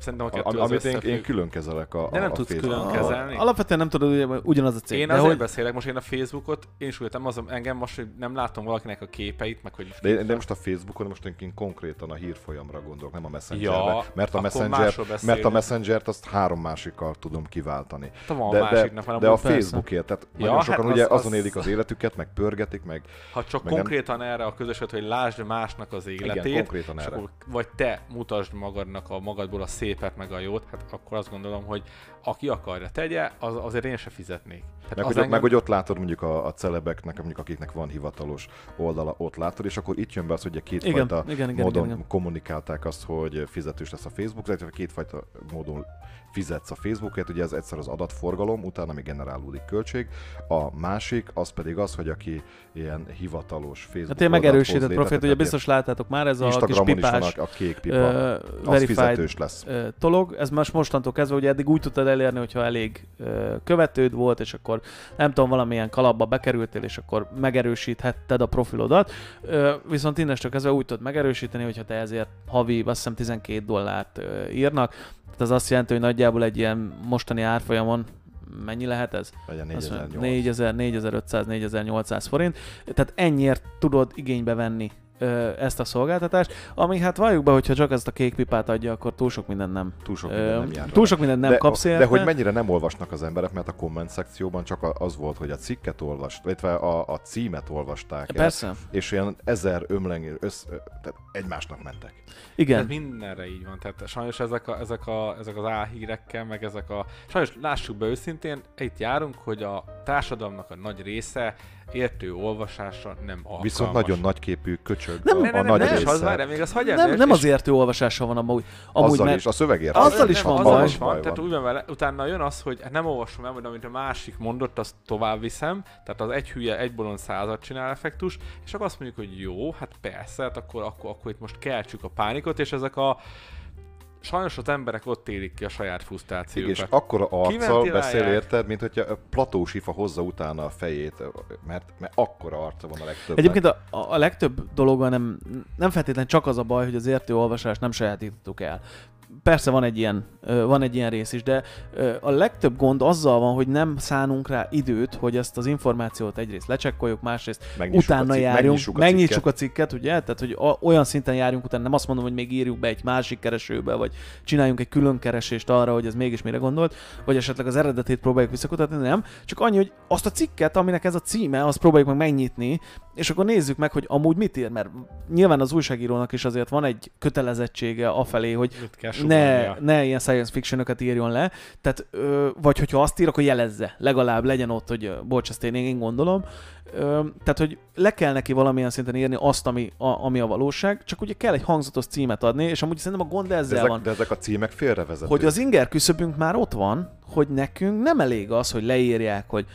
Speaker 4: Szerintem a
Speaker 3: Am-
Speaker 4: kettő az
Speaker 3: amit én, én
Speaker 4: összefügg.
Speaker 3: külön kezelek a
Speaker 4: De nem
Speaker 3: a
Speaker 4: tudsz
Speaker 3: Facebookon. A-
Speaker 4: külön kezelni.
Speaker 2: Ah, Alapvetően nem tudod, hogy ugyanaz a cég.
Speaker 4: Én
Speaker 2: de
Speaker 4: azért
Speaker 2: hogy...
Speaker 4: hogy... beszélek, most én a Facebookot, én is úgy értem, az engem most, hogy nem látom valakinek a képeit, meg hogy...
Speaker 3: De, de most a Facebookon, most én kint konkrétan a hírfolyamra gondolok, nem a Messengerre.
Speaker 4: Ja,
Speaker 3: mert, a
Speaker 4: akkor
Speaker 3: messenger,
Speaker 4: másról beszélünk.
Speaker 3: mert a Messengert azt három másikkal tudom kiváltani.
Speaker 4: Te van
Speaker 3: de,
Speaker 4: másiknak,
Speaker 3: de,
Speaker 4: van
Speaker 3: de a
Speaker 4: amúgy, persze.
Speaker 3: Facebookért, tehát
Speaker 4: Ja,
Speaker 3: nagyon
Speaker 4: hát
Speaker 3: sokan
Speaker 4: az-
Speaker 3: ugye
Speaker 4: az- Hát
Speaker 3: azon élik az életüket, meg pörgetik, meg
Speaker 4: Ha csak
Speaker 3: Meg nem-
Speaker 4: konkrétan erre a közöset, hogy lásd másnak az életét,
Speaker 3: konkrétan
Speaker 4: és
Speaker 3: erre.
Speaker 4: Akkor, vagy te mutasd magadnak a magadból a szépet, meg a jót, hát akkor azt gondolom, hogy aki akarja tegye, az, azért én se fizetnék. Tehát
Speaker 3: Meg,
Speaker 4: az
Speaker 3: hogy, engem... meg hogy ott látod mondjuk a, a celebeknek, mondjuk akiknek van hivatalos oldala, ott látod, és akkor itt jön be az, hogy ugye kétfajta
Speaker 2: Igen, igen, igen,
Speaker 3: módon
Speaker 2: igen, igen.
Speaker 3: kommunikálták azt, hogy fizetős lesz a Facebook, tehát kétfajta módon fizetsz a Facebookért, ugye ez egyszer az adatforgalom, utána még generálódik költség, a másik az pedig az, hogy aki ilyen hivatalos Facebook
Speaker 2: Hát ilyen
Speaker 3: oldalt hoz
Speaker 2: megerősített
Speaker 3: létre,
Speaker 2: profilt, ugye
Speaker 3: tehát
Speaker 2: biztos láttátok már, ez
Speaker 3: ilyen
Speaker 2: a kis
Speaker 3: Instagramon is van
Speaker 2: pipás
Speaker 3: a, a kék pipa,
Speaker 2: ö,
Speaker 3: az
Speaker 2: verified
Speaker 3: fizetős lesz.
Speaker 2: ö, tolog. Ez most mostantól kezdve, ugye eddig úgy tudtad elérni, hogyha elég ö, követőd volt, és akkor nem tudom, valamilyen kalapba bekerültél, és akkor megerősíthetted a profilodat. Ö, viszont innestől kezdve úgy tudod megerősíteni, hogyha te ezért havi, azt hiszem 12 dollárt ö, írnak. Tehát az azt jelenti, hogy nagyjából egy ilyen mostani árfolyamon mennyi lehet ez?
Speaker 3: Legyen
Speaker 2: Azt mondja,
Speaker 3: 4008.
Speaker 2: 4000, 4500, 4800 forint. Tehát ennyiért tudod igénybe venni ö, ezt a szolgáltatást, ami hát valljuk be, hogyha csak ezt a kék pipát adja, akkor túl sok minden nem.
Speaker 3: Túl sok
Speaker 2: Ö,
Speaker 3: minden nem jár
Speaker 2: túl sok mindent nem
Speaker 3: de,
Speaker 2: kapsz
Speaker 3: de
Speaker 2: érte.
Speaker 3: hogy mennyire nem olvasnak az emberek, mert a komment szekcióban csak a- az volt, hogy a cikket olvast, illetve a, a címet olvasták el,
Speaker 2: Persze,
Speaker 3: és ilyen ezer ömlengél, össz, ö, tehát egymásnak mentek. Hát,
Speaker 4: Ez
Speaker 2: igen.
Speaker 4: mindenre így van. Tehát sajnos ezek, a, ezek, a, ezek az álhírekkel, meg ezek a... Sajnos lássuk be őszintén, itt járunk, hogy a társadalomnak a nagy része értő olvasásra nem alkalmas.
Speaker 3: Viszont nagyon nagyképű köcsög
Speaker 2: Nem,
Speaker 3: a,
Speaker 4: nem,
Speaker 3: a
Speaker 4: nem,
Speaker 3: nagy
Speaker 4: nem, nem, és
Speaker 3: része.
Speaker 4: az várja, még az hagyjál,
Speaker 2: Nem,
Speaker 4: és-
Speaker 2: nem
Speaker 4: és-
Speaker 2: az értő olvasása van amúgy, amúgy
Speaker 3: azzal
Speaker 2: mert
Speaker 3: is, a szövegért.
Speaker 2: Azzal is
Speaker 4: nem,
Speaker 2: van
Speaker 4: azzal
Speaker 2: baj.
Speaker 4: is van, tehát úgy van vele, utána jön az, hogy hát nem olvasom el, hogy amit a másik mondott, azt tovább viszem, tehát az egy hülye, egy bolond százat csinál effektus, és akkor azt mondjuk, hogy jó, hát persze, hát akkor, akkor, akkor itt most keltsük a pánikot, és ezek a sajnos az emberek ott élik ki a saját frusztrációkat.
Speaker 3: és akkora arccal
Speaker 4: Kiventilálják.
Speaker 3: beszél érted, mint hogyha Platós Ifa hozza utána a fejét, mert, mert akkora arca van a legtöbb.
Speaker 2: Egyébként a, a a legtöbb dologgal nem, nem feltétlenül csak az a baj, hogy az értő olvasást nem sajátítottuk el. Persze van egy, ilyen, ö, van egy ilyen rész is, de ö, a legtöbb gond azzal van, hogy nem szánunk rá időt, hogy ezt az információt egyrészt lecsekkoljuk, másrészt
Speaker 3: Megnyissuk a
Speaker 2: utána
Speaker 3: cik-
Speaker 2: járjunk,
Speaker 3: megnyissuk a
Speaker 2: megnyissuk a cikket, ugye? Tehát, hogy a, olyan szinten járjunk utána, nem azt mondom, hogy még írjuk be egy másik keresőbe, vagy csináljunk egy külön keresést arra, hogy ez mégis mire gondolt, vagy esetleg az eredetét próbáljuk visszakutatni, nem. Csak annyi, hogy azt a cikket, aminek ez a címe, azt próbáljuk meg megnyitni, és akkor nézzük meg, hogy amúgy mit ír, mert nyilván az újságírónak is azért van egy kötelezettsége afelé, hogy
Speaker 4: Mit kell
Speaker 2: ne,
Speaker 4: sugalnia.
Speaker 2: ne ilyen science fictionöket írjon le, tehát, ö, vagy hogyha azt ír, akkor jelezze, legalább legyen ott, hogy ö, bocs, ezt én, én gondolom. Ö, tehát, hogy le kell neki valamilyen szinten írni azt, ami a, ami a valóság, csak ugye kell egy hangzatos címet adni, és amúgy szerintem a gond
Speaker 3: de
Speaker 2: ezzel
Speaker 3: ezek,
Speaker 2: van.
Speaker 3: de ezek a címek félrevezetők.
Speaker 2: Hogy az inger küszöbünk már ott van, hogy nekünk nem elég az, hogy leírják, hogy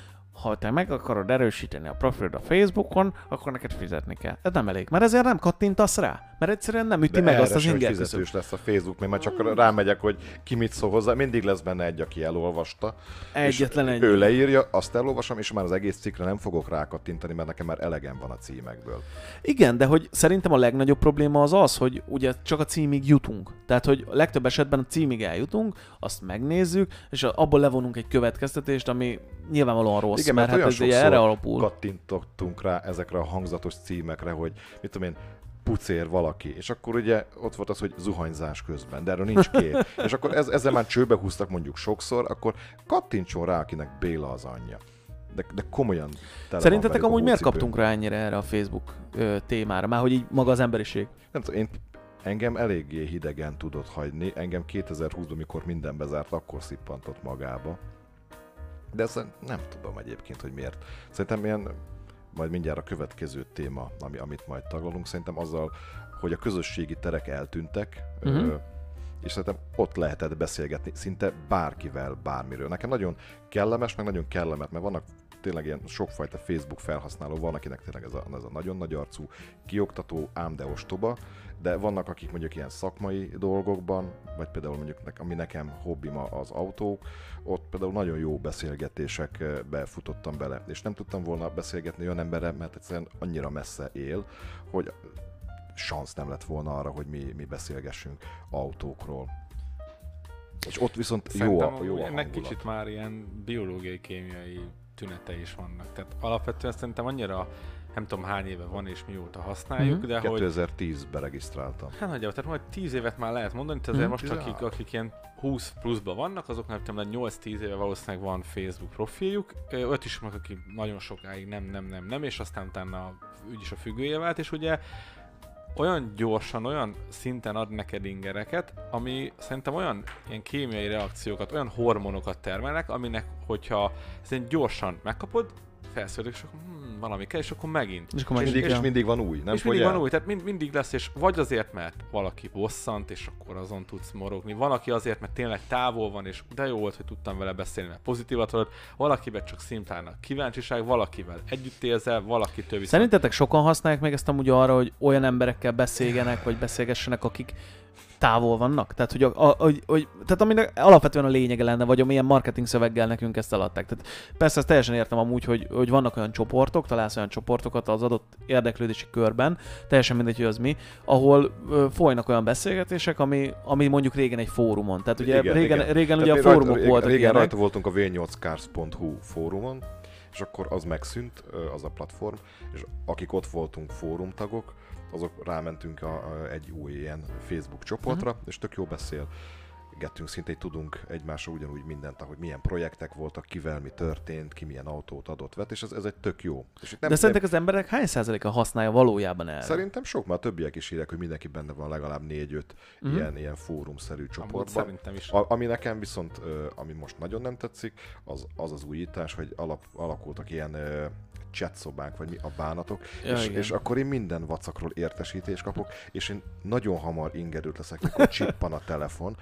Speaker 2: ha te meg akarod erősíteni a profilod a Facebookon, akkor neked fizetni kell. Ez nem elég, mert ezért nem kattintasz rá, mert egyszerűen nem üti
Speaker 3: De
Speaker 2: meg
Speaker 3: erre
Speaker 2: azt az
Speaker 3: se, hogy
Speaker 2: inger küszöböt.
Speaker 3: fizetős lesz a Facebook, mert már csak rámegyek, hogy ki mit szól hozzá. Mindig lesz benne egy, aki elolvasta.
Speaker 2: Egyetlen
Speaker 3: és
Speaker 2: egy.
Speaker 3: Ő leírja, azt elolvasom, és már az egész cikkre nem fogok rákattintani, mert nekem már elegem van a címekből.
Speaker 2: Igen, de hogy szerintem a legnagyobb probléma az az, hogy ugye csak a címig jutunk. Tehát, hogy a legtöbb esetben a címig eljutunk, azt megnézzük, és abból levonunk egy következtetést, ami nyilvánvalóan rossz,
Speaker 3: Igen,
Speaker 2: mert,
Speaker 3: mert,
Speaker 2: hát
Speaker 3: olyan
Speaker 2: ez ugye
Speaker 3: sokszor
Speaker 2: erre alapul.
Speaker 3: kattintottunk rá ezekre a hangzatos címekre, hogy mit tudom én, pucér valaki, és akkor ugye ott volt az, hogy zuhanyzás közben, de erről nincs
Speaker 2: [LAUGHS]
Speaker 3: kép. és akkor ez, ezzel már csőbe húztak mondjuk sokszor, akkor kattintson rá, akinek Béla az anyja. De, de komolyan tele van
Speaker 2: Szerintetek
Speaker 3: velük a
Speaker 2: amúgy miért
Speaker 3: hócipőm.
Speaker 2: kaptunk rá ennyire erre a Facebook ö, témára? Már hogy így maga az emberiség.
Speaker 3: Nem tudom, én engem eléggé hidegen tudott hagyni. Engem 2020-ban, mikor minden bezárt, akkor szippantott magába. De ezt nem tudom egyébként, hogy miért. Szerintem ilyen, majd mindjárt a következő téma, ami, amit majd taglalunk, szerintem azzal, hogy a közösségi terek eltűntek,
Speaker 2: Mhm.
Speaker 3: ö, és szerintem ott lehetett beszélgetni szinte bárkivel, bármiről. Nekem nagyon kellemes, meg nagyon kellemet, mert vannak tényleg ilyen sokfajta Facebook felhasználó, van, akinek tényleg ez a, ez a nagyon nagy arcú, kioktató, ám de ostoba, de vannak, akik mondjuk ilyen szakmai dolgokban, vagy például mondjuk, nek- ami nekem hobbim a- az autók, ott például nagyon jó beszélgetésekbe futottam bele, és nem tudtam volna beszélgetni olyan emberrel, mert egyszerűen annyira messze él, hogy szansz nem lett volna arra, hogy mi, mi beszélgessünk autókról. És ott viszont jó
Speaker 4: Szerintem
Speaker 3: a, jó a
Speaker 4: ennek
Speaker 3: hangulat.
Speaker 4: kicsit már ilyen biológiai, kémiai tünete is vannak. Tehát alapvetően szerintem annyira nem tudom hány éve van és mióta használjuk,
Speaker 2: Mhm.
Speaker 4: de hogy
Speaker 3: 2010-ben regisztráltam.
Speaker 4: Hát nagyjából, tehát majd 10 évet már lehet mondani, tehát azért
Speaker 2: Mhm.
Speaker 4: most akik, akik ilyen 20 pluszban vannak, azoknak nem tudom, de 8-10 éve valószínűleg van Facebook profiljuk, Ö, öt is vannak, aki nagyon sokáig nem, nem, nem, nem, és aztán utána ügy is a függője vált, és ugye olyan gyorsan, olyan szinten ad neked ingereket, ami szerintem olyan ilyen kémiai reakciókat, olyan hormonokat termelnek, aminek, hogyha ezt gyorsan megkapod, felszörök, és akkor hmm, valami kell, és akkor megint.
Speaker 2: És akkor
Speaker 3: És
Speaker 2: megint
Speaker 3: mindig, és
Speaker 2: kell.
Speaker 3: mindig van új, nem
Speaker 4: Nem és mindig
Speaker 3: fogy
Speaker 4: van
Speaker 3: el?
Speaker 4: új, tehát mind, mindig lesz, és vagy azért, mert valaki bosszant, és akkor azon tudsz morogni, van, aki azért, mert tényleg távol van, és de jó volt, hogy tudtam vele beszélni, mert pozitívat volt, valakiben csak szimplán a kíváncsiság, valakivel együtt érzel, valaki többi.
Speaker 2: Szerintetek sokan használják még ezt amúgy arra, hogy olyan emberekkel beszélgenek, vagy beszélgessenek, akik távol vannak? Tehát, hogy, a, a, hogy, hogy tehát aminek alapvetően a lényege lenne, vagy amilyen marketing szöveggel nekünk ezt eladták. Tehát persze ezt teljesen értem amúgy, hogy, hogy vannak olyan csoportok, találsz olyan csoportokat az adott érdeklődési körben, teljesen mindegy, hogy az mi, ahol ö, folynak olyan beszélgetések, ami, ami mondjuk régen egy fórumon. Tehát ugye
Speaker 3: Igen,
Speaker 2: igen, régen,
Speaker 3: igen.
Speaker 2: igen. régen
Speaker 3: Tehát
Speaker 2: ugye a
Speaker 3: mi
Speaker 2: fórumok
Speaker 3: rajta,
Speaker 2: voltak
Speaker 3: Régen
Speaker 2: ilyenek.
Speaker 3: rajta voltunk a v8cars.hu fórumon, és akkor az megszűnt, ö, az a platform, és akik ott voltunk fórumtagok, azok rámentünk a, a, egy új ilyen Facebook csoportra, uh-huh. és tök jó beszél. Gettünk szinte, így tudunk egymásról ugyanúgy mindent, hogy milyen projektek voltak, kivel mi történt, ki milyen autót adott, vett, és ez, ez egy tök jó. És itt nem,
Speaker 2: De szerintek az emberek hány százaléka használja valójában erre?
Speaker 3: Szerintem sok, már többiek is írják, hogy mindenki benne van legalább négy-öt
Speaker 2: Mhm.
Speaker 3: mm. ilyen, ilyen fórumszerű
Speaker 4: Amúgy
Speaker 3: csoportban.
Speaker 4: szerintem is.
Speaker 3: A, ami nekem viszont, ö, ami most nagyon nem tetszik, az az, az újítás, hogy alap, alakultak ilyen ö, chat szobák, vagy mi a bánatok,
Speaker 2: Ja,
Speaker 3: és,
Speaker 2: igen.
Speaker 3: és akkor én minden vacakról értesítést kapok, és én nagyon hamar ingerült leszek, mikor csippan a telefon,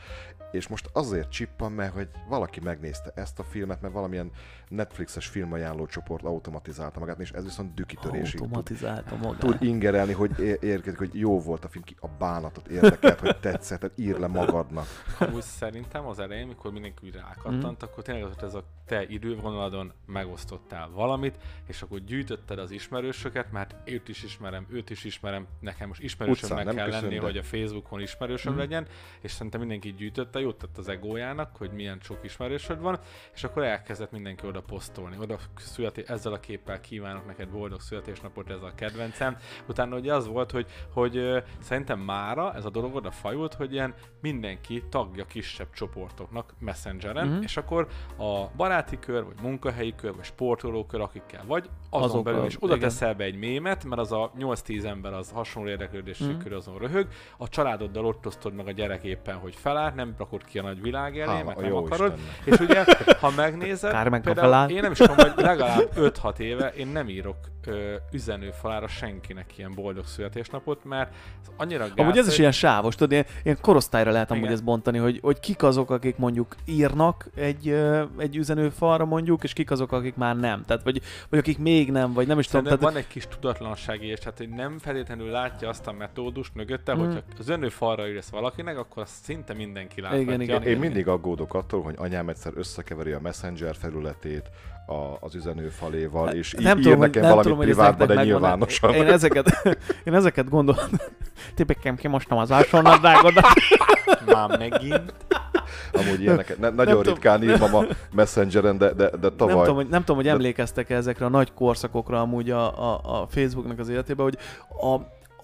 Speaker 3: és most azért csippan, mert hogy valaki megnézte ezt a filmet, mert valamilyen Netflixes filmajánló csoport automatizálta magát, és ez viszont dükitörésig tud
Speaker 2: Automatizálta magát.
Speaker 3: tud ingerelni, hogy é- érkezik, hogy jó volt a film, ki a bánatot érdekelt, hogy tetszett, tehát ír le magadnak.
Speaker 4: Amúgy szerintem az elején, mikor mindenki úgy rákattant, mm.
Speaker 3: Mhm.
Speaker 4: akkor tényleg az, volt ez a te idővonaladon megosztottál valamit, és akkor gyűjtötted az ismerősöket, mert őt is ismerem, őt is ismerem, nekem most ismerősömnek
Speaker 3: Utcán nem
Speaker 4: kell
Speaker 3: köszön,
Speaker 4: lenni,
Speaker 3: de-
Speaker 4: hogy a Facebookon ismerősöm mm. legyen, és szerintem mindenki gyűjtötte, jót tett az egójának, hogy milyen sok ismerősöd van, és akkor elkezdett mindenki oda posztolni, oda születé, ezzel a képpel kívánok neked boldog születésnapot, ez a kedvencem. Utána ugye az volt, hogy, hogy ö, szerintem mára ez a dolog oda fajult, hogy ilyen mindenki tagja kisebb csoportoknak messengeren, mm-hmm. és akkor a baráti kör, vagy munkahelyi kör, vagy sportolókör, akikkel vagy,
Speaker 2: Azok
Speaker 4: azon Azok belül
Speaker 2: a-
Speaker 4: is oda
Speaker 2: igen.
Speaker 4: teszel be egy mémet, mert az a 8-10 ember az hasonló érdeklődésű
Speaker 2: Mhm.
Speaker 4: mm-hmm. kör azon röhög, a családoddal ott osztod meg a gyerek éppen, hogy felállt, nem rakod ki a nagy világ elé,
Speaker 3: Hála
Speaker 4: mert
Speaker 3: a
Speaker 4: nem
Speaker 3: jó
Speaker 4: akarod,
Speaker 3: Istennek.
Speaker 4: és ugye, ha megnézed,
Speaker 2: Carmen
Speaker 4: például
Speaker 2: Capellán.
Speaker 4: én nem is tudom, hogy legalább 5-6 éve én nem írok ö, üzenőfalára senkinek ilyen boldog születésnapot, mert ez annyira gáz,
Speaker 2: Amúgy ez is
Speaker 4: hogy-
Speaker 2: ilyen sávos, tudod, ilyen, ilyen korosztályra lehet amúgy
Speaker 4: Igen.
Speaker 2: ezt bontani, hogy, hogy kik azok, akik mondjuk írnak egy, ö, egy üzenőfalra mondjuk, és kik azok, akik már nem. Tehát, vagy, vagy akik még nem, vagy nem is tudom.
Speaker 4: Szerintem
Speaker 2: Tehát,
Speaker 4: van egy kis tudatlanság és tehát hogy nem feltétlenül látja azt a metódust mögötte,
Speaker 2: Mhm.
Speaker 4: hogyha az önőfalra ülsz valakinek, akkor azt szinte mindenki láthatja.
Speaker 2: Igen, igen,
Speaker 3: Én mindig aggódok attól, hogy anyám egyszer összekeveri a Messenger felületét a, az üzenőfaléval, és í-
Speaker 2: nem
Speaker 3: ír
Speaker 2: tudom, hogy-
Speaker 3: nekem
Speaker 2: nem
Speaker 3: valamit
Speaker 2: tudom, hogy ez
Speaker 3: privátba, de
Speaker 2: nektek megvan-e.
Speaker 3: nyilvánosan.
Speaker 2: Én ezeket, [LAUGHS] én ezeket gondolom.
Speaker 3: [LAUGHS]
Speaker 2: Tipekem ki most nem az alsónadrágodat.
Speaker 4: Már megint.
Speaker 3: Amúgy ilyeneket ne, nagyon
Speaker 2: tudom.
Speaker 3: ritkán írtam a Messengeren, de, de, de
Speaker 2: Nem
Speaker 3: tavaly
Speaker 2: tudom, hogy, nem tudom, hogy emlékeztek -e ezekre a nagy korszakokra amúgy a, a, a Facebooknak az életében, hogy a,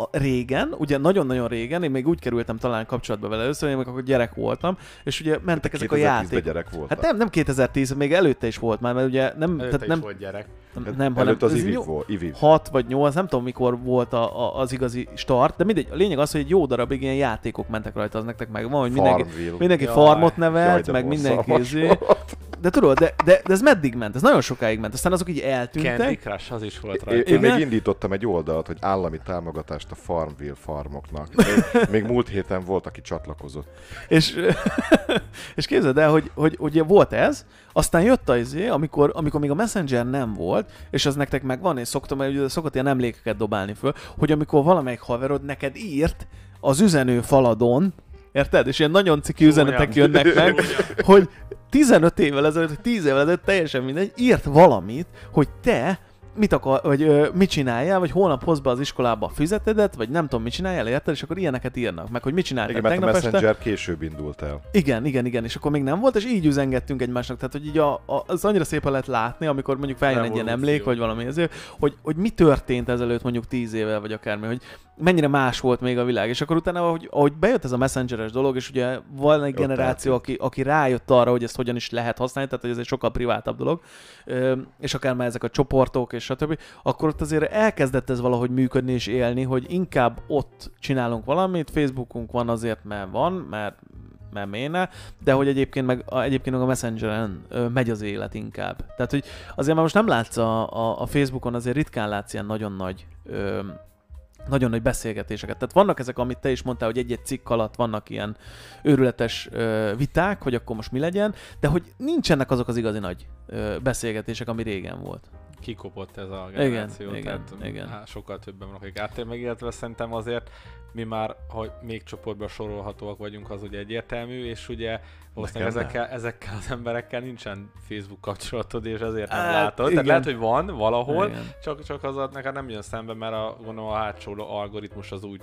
Speaker 2: a régen, ugye nagyon-nagyon régen, én még úgy kerültem talán kapcsolatba vele először, én még akkor gyerek voltam, és ugye mentek ezek a
Speaker 3: 2010-ben
Speaker 2: játék.
Speaker 3: gyerek voltam.
Speaker 2: Hát nem, nem 2010, még előtte is volt már, mert ugye nem,
Speaker 4: Előtte
Speaker 2: tehát
Speaker 4: nem...
Speaker 2: nem,
Speaker 4: is volt gyerek.
Speaker 2: nem, nem hanem
Speaker 3: Hát Előtt az
Speaker 2: ez
Speaker 3: Iviv
Speaker 2: jó-
Speaker 3: volt. Iviv.
Speaker 2: 6 vagy 8, nem tudom mikor volt a, a, az igazi start, de mindegy, a lényeg az, hogy egy jó darabig ilyen játékok mentek rajta, az nektek meg van, hogy mindenki,
Speaker 3: Farmville.
Speaker 2: mindenki
Speaker 4: Jaj.
Speaker 2: farmot
Speaker 3: Jaj,
Speaker 2: nevelt,
Speaker 3: de
Speaker 2: meg mindenki
Speaker 3: borzalmas
Speaker 2: izé. De tudod, de, de, de ez meddig ment? Ez nagyon sokáig ment, aztán azok így
Speaker 4: Candy
Speaker 2: eltűntek.
Speaker 4: Crush az is volt
Speaker 3: Én,
Speaker 4: rajta.
Speaker 3: én
Speaker 2: Igen?
Speaker 3: még indítottam egy oldalt, hogy állami támogatást a Farmville farmoknak. Még, még múlt héten volt, aki csatlakozott.
Speaker 2: Hát És, [LAUGHS] és képzeld el, hogy, hogy ugye volt ez, aztán jött az izé, amikor, amikor még a Messenger nem volt, és az nektek megvan, és szoktam, hogy ugye szokott ilyen emlékeket dobálni föl, hogy amikor valamelyik haverod neked írt az üzenő faladon, érted? És ilyen nagyon ciki üzenetek
Speaker 4: Csúnya.
Speaker 2: jönnek
Speaker 3: [LAUGHS]
Speaker 2: meg, hogy 15 évvel ezelőtt, vagy 10 évvel ezelőtt, teljesen mindegy, írt valamit, hogy te mit akar, vagy ö, mit csináljál, vagy holnap hozd be az iskolába a füzetedet, vagy nem tudom, mit csináljál, érted, és akkor ilyeneket írnak meg, hogy mit csináltál
Speaker 3: Igen, mert a
Speaker 2: tegnap este.
Speaker 3: Messenger később indult el.
Speaker 2: Igen, igen, igen, és akkor még nem volt, és így üzengettünk egymásnak. Tehát, hogy így a, a, az annyira szépen lehet látni, amikor mondjuk feljön egy ilyen
Speaker 4: Revolúció.
Speaker 2: emlék, vagy valami ezért, hogy, hogy mi történt ezelőtt mondjuk tíz évvel, vagy akármi, hogy mennyire más volt még a világ. És akkor utána, ahogy, ahogy bejött ez a messengeres dolog, és ugye van egy
Speaker 3: Ott
Speaker 2: generáció, aki, aki rájött arra, hogy ezt hogyan is lehet használni, tehát hogy ez egy sokkal privátabb dolog, ö, és akár már ezek a csoportok, és stb., akkor ott azért elkezdett ez valahogy működni és élni, hogy inkább ott csinálunk valamit, Facebookunk van azért, mert van, mert mert méne, de hogy egyébként meg a, egyébként meg a Messengeren ö, megy az élet inkább. Tehát, hogy azért már most nem látsz a, a, a Facebookon, azért ritkán látsz ilyen nagyon nagy ö, nagyon nagy beszélgetéseket. Tehát vannak ezek, amit te is mondtál, hogy egy-egy cikk alatt vannak ilyen őrületes ö, viták, hogy akkor most mi legyen, de hogy nincsenek azok az igazi nagy ö, beszélgetések, ami régen volt.
Speaker 4: kikopott ez a generáció,
Speaker 2: igen,
Speaker 4: tehát
Speaker 2: igen.
Speaker 4: Á, sokkal többen vannak, akik áttér meg, illetve szerintem azért mi már, hogy még csoportban sorolhatóak vagyunk, az ugye egyértelmű, és ugye valószínűleg
Speaker 3: Nekem
Speaker 4: ezekkel, ezekkel az emberekkel nincsen Facebook kapcsolatod, és ezért nem
Speaker 2: Hát,
Speaker 4: látod.
Speaker 2: igen.
Speaker 4: Tehát lehet, hogy van valahol,
Speaker 2: Igen.
Speaker 4: csak, csak az a- neked nem jön szembe, mert a, gondolom a hátsó algoritmus az úgy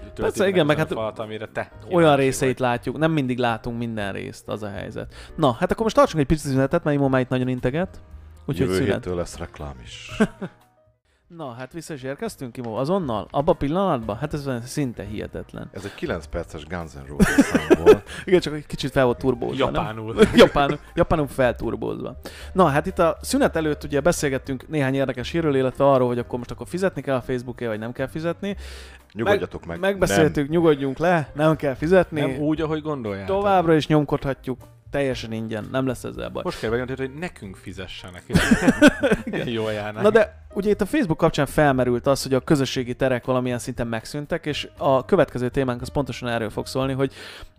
Speaker 4: tölti
Speaker 2: Persze,
Speaker 4: meg
Speaker 2: igen,
Speaker 4: az
Speaker 2: meg
Speaker 4: a
Speaker 2: hát
Speaker 4: falat, amire te
Speaker 2: Olyan
Speaker 4: kíváncsi
Speaker 2: részeit látjuk, nem mindig látunk minden részt, az a helyzet. Na, hát akkor most tartsunk egy picit szünetet, mert Imo már itt nagyon integet. Úgyhogy
Speaker 3: Jövő
Speaker 2: szünet.
Speaker 3: héttől lesz reklám is.
Speaker 2: [LAUGHS] Na, hát vissza is érkeztünk, Imo, azonnal? Abba a pillanatban? Hát ez olyan szinte hihetetlen.
Speaker 3: Ez egy 9 perces Guns N' Roses szám volt.
Speaker 2: [LAUGHS] Igen, csak egy kicsit fel volt turbózva, nem?
Speaker 4: Japánul.
Speaker 2: [LAUGHS] Japánul, japánul felturbózva. Na, hát itt a szünet előtt ugye beszélgettünk néhány érdekes hírről, illetve arról, hogy akkor most akkor fizetni kell a Facebookért, vagy nem kell fizetni.
Speaker 3: Nyugodjatok meg.
Speaker 2: Megbeszéltük, nyugodjunk le, nem kell fizetni.
Speaker 4: Nem úgy, ahogy gondoljátok.
Speaker 2: Továbbra is nyomkodhatjuk, teljesen ingyen, nem lesz ezzel baj.
Speaker 4: Most kell megjelenteni, hogy nekünk
Speaker 2: [LAUGHS]
Speaker 4: fizessenek. Jól járnánk.
Speaker 2: Na de ugye itt a Facebook kapcsán felmerült az, hogy a közösségi terek valamilyen szinten megszűntek, és a következő témánk az pontosan erről fog szólni, hogy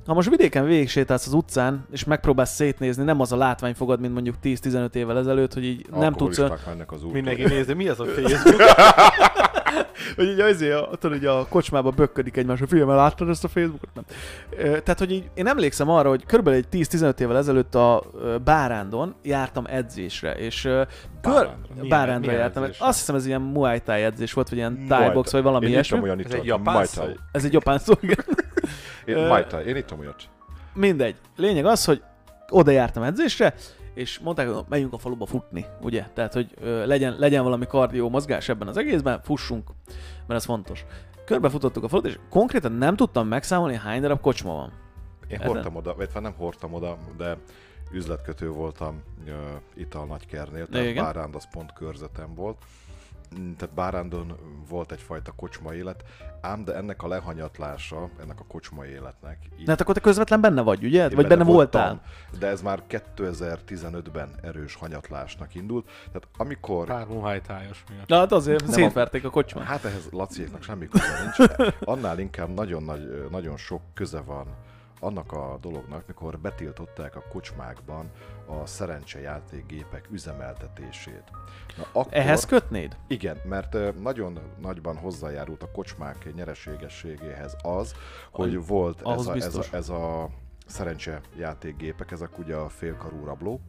Speaker 2: ha most vidéken végig sétálsz az utcán, és megpróbálsz szétnézni, nem az a látvány fogad, mint mondjuk 10-15 évvel ezelőtt, hogy így
Speaker 3: Nem,
Speaker 2: nem tudsz...
Speaker 3: Alkoholisták mennek az úton.
Speaker 4: Mindenki nézi, mi az a Facebook?
Speaker 2: Hogy így azért, tudod, hogy a kocsmába bökködik egymásra, figyelj, mert láttad ezt a Facebookot? Nem. Ö, Tehát, hogy így, én emlékszem arra, hogy körülbelül egy 10-15 évvel ezelőtt a ö, Bárándon jártam edzésre, és ö, kör...
Speaker 3: Bárándra.
Speaker 2: Bárándra,
Speaker 4: Milyen-
Speaker 2: Bárándra
Speaker 4: milyen
Speaker 2: jártam.
Speaker 4: edzésre?
Speaker 2: Azt hiszem, ez ilyen Muay Thai edzés volt, vagy ilyen
Speaker 3: Muay
Speaker 2: Thai
Speaker 3: Thai.
Speaker 2: box, vagy [LAUGHS] valami
Speaker 3: Én
Speaker 2: ilyesmi.
Speaker 3: ittam olyan
Speaker 4: Ez egy
Speaker 3: italt.
Speaker 4: japán
Speaker 3: Muay
Speaker 4: szó.
Speaker 3: Thai.
Speaker 2: Ez egy japán szó, igen.
Speaker 3: Én,
Speaker 2: Ö,
Speaker 3: Muay Thai. Én ittam olyat.
Speaker 2: Mindegy. Lényeg az, hogy oda jártam edzésre, és mondták, hogy megyünk a faluba futni, ugye? Tehát, hogy ö, legyen, legyen valami kardió mozgás ebben az egészben, fussunk, mert ez fontos. Körbefutottuk a falut, és konkrétan nem tudtam megszámolni, hány darab kocsma van.
Speaker 3: Én
Speaker 2: Ezen-
Speaker 3: hordtam oda, vagy hát nem hordtam oda, de üzletkötő voltam uh, ital nagykernél, tehát
Speaker 2: Igen.
Speaker 3: Igen. Báránd az pont körzetem volt. Mm, Tehát Bárándon volt egyfajta kocsma élet, ám de ennek a lehanyatlása, ennek a kocsma életnek.
Speaker 2: Na hát akkor te közvetlen benne vagy, ugye?
Speaker 3: Én
Speaker 2: Vagy benne, voltál?
Speaker 3: voltam, De ez már 2015-ben erős hanyatlásnak indult. Tehát amikor
Speaker 4: Pár muhajtályos miatt.
Speaker 2: Na hát azért
Speaker 3: Nem,
Speaker 2: szétverték a kocsmát.
Speaker 3: Hát ehhez Laciéknak semmi köze nincs. Annál inkább nagyon, nagy, nagyon sok köze van annak a dolognak, mikor betiltották a kocsmákban a szerencsejátékgépek üzemeltetését. Na, akkor,
Speaker 2: Ehhez kötnéd?
Speaker 3: Igen, mert ö, nagyon nagyban hozzájárult a kocsmák nyereségességéhez az, hogy volt
Speaker 2: ahhoz
Speaker 3: ez a, ez, a,
Speaker 2: biztos.
Speaker 3: ez a szerencsejátékgépek, ezek ugye a félkarú rabló,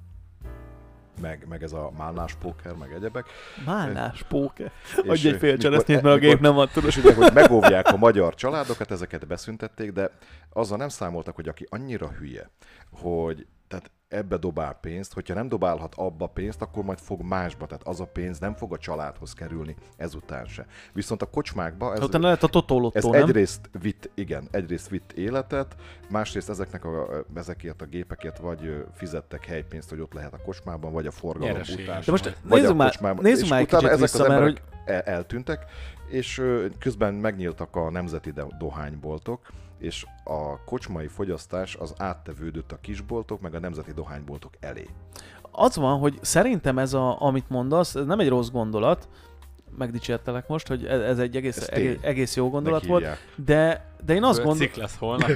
Speaker 3: meg, meg ez a málnás póker, meg egyebek,
Speaker 2: Málnás póke.
Speaker 3: És,
Speaker 2: Adj egy
Speaker 3: ö,
Speaker 2: fél
Speaker 3: mikor-
Speaker 2: cseresznyét,
Speaker 3: e-
Speaker 2: mert a gép
Speaker 3: mikor-
Speaker 2: nem van, tudod.
Speaker 3: és ugye, hogy megóvják a magyar családokat, ezeket beszüntették, de azzal nem számoltak, hogy aki annyira hülye, hogy tehát ebbe dobál pénzt, hogyha nem dobálhat abba pénzt, akkor majd fog másba, tehát az a pénz nem fog a családhoz kerülni ezután se. Viszont a kocsmákba ez,
Speaker 2: Utána lehet a
Speaker 3: ez
Speaker 2: totolottó, nem?
Speaker 3: egyrészt vitt, igen, egyrészt vitt életet, másrészt ezeknek a, ezekért a gépekért vagy ö, fizettek helypénzt, hogy ott lehet a kocsmában, vagy a forgalom
Speaker 4: Nyereséges.
Speaker 3: után.
Speaker 2: De most
Speaker 3: Vagy
Speaker 2: nézzük
Speaker 3: a
Speaker 2: már,
Speaker 3: kocsmában.
Speaker 2: nézzük
Speaker 3: És
Speaker 2: már egy
Speaker 3: utána
Speaker 2: kicsit
Speaker 3: ezek
Speaker 2: vissza,
Speaker 3: az
Speaker 2: mert hogy
Speaker 3: emberek el- eltűntek, és ö, közben megnyíltak a nemzeti de- dohányboltok, és a kocsmai fogyasztás az áttevődött a kisboltok, meg a nemzeti dohányboltok elé.
Speaker 2: az van, hogy szerintem ez, a, amit mondasz, ez nem egy rossz gondolat, megdicsértelek most, hogy e-, ez, ez egy egész,
Speaker 3: Ez tény.
Speaker 2: egész, egész jó
Speaker 3: Ennek
Speaker 2: gondolat volt,
Speaker 3: hívják.
Speaker 2: de, de én azt gondolom,
Speaker 4: Cikk lesz
Speaker 2: [LAUGHS]
Speaker 4: holnap.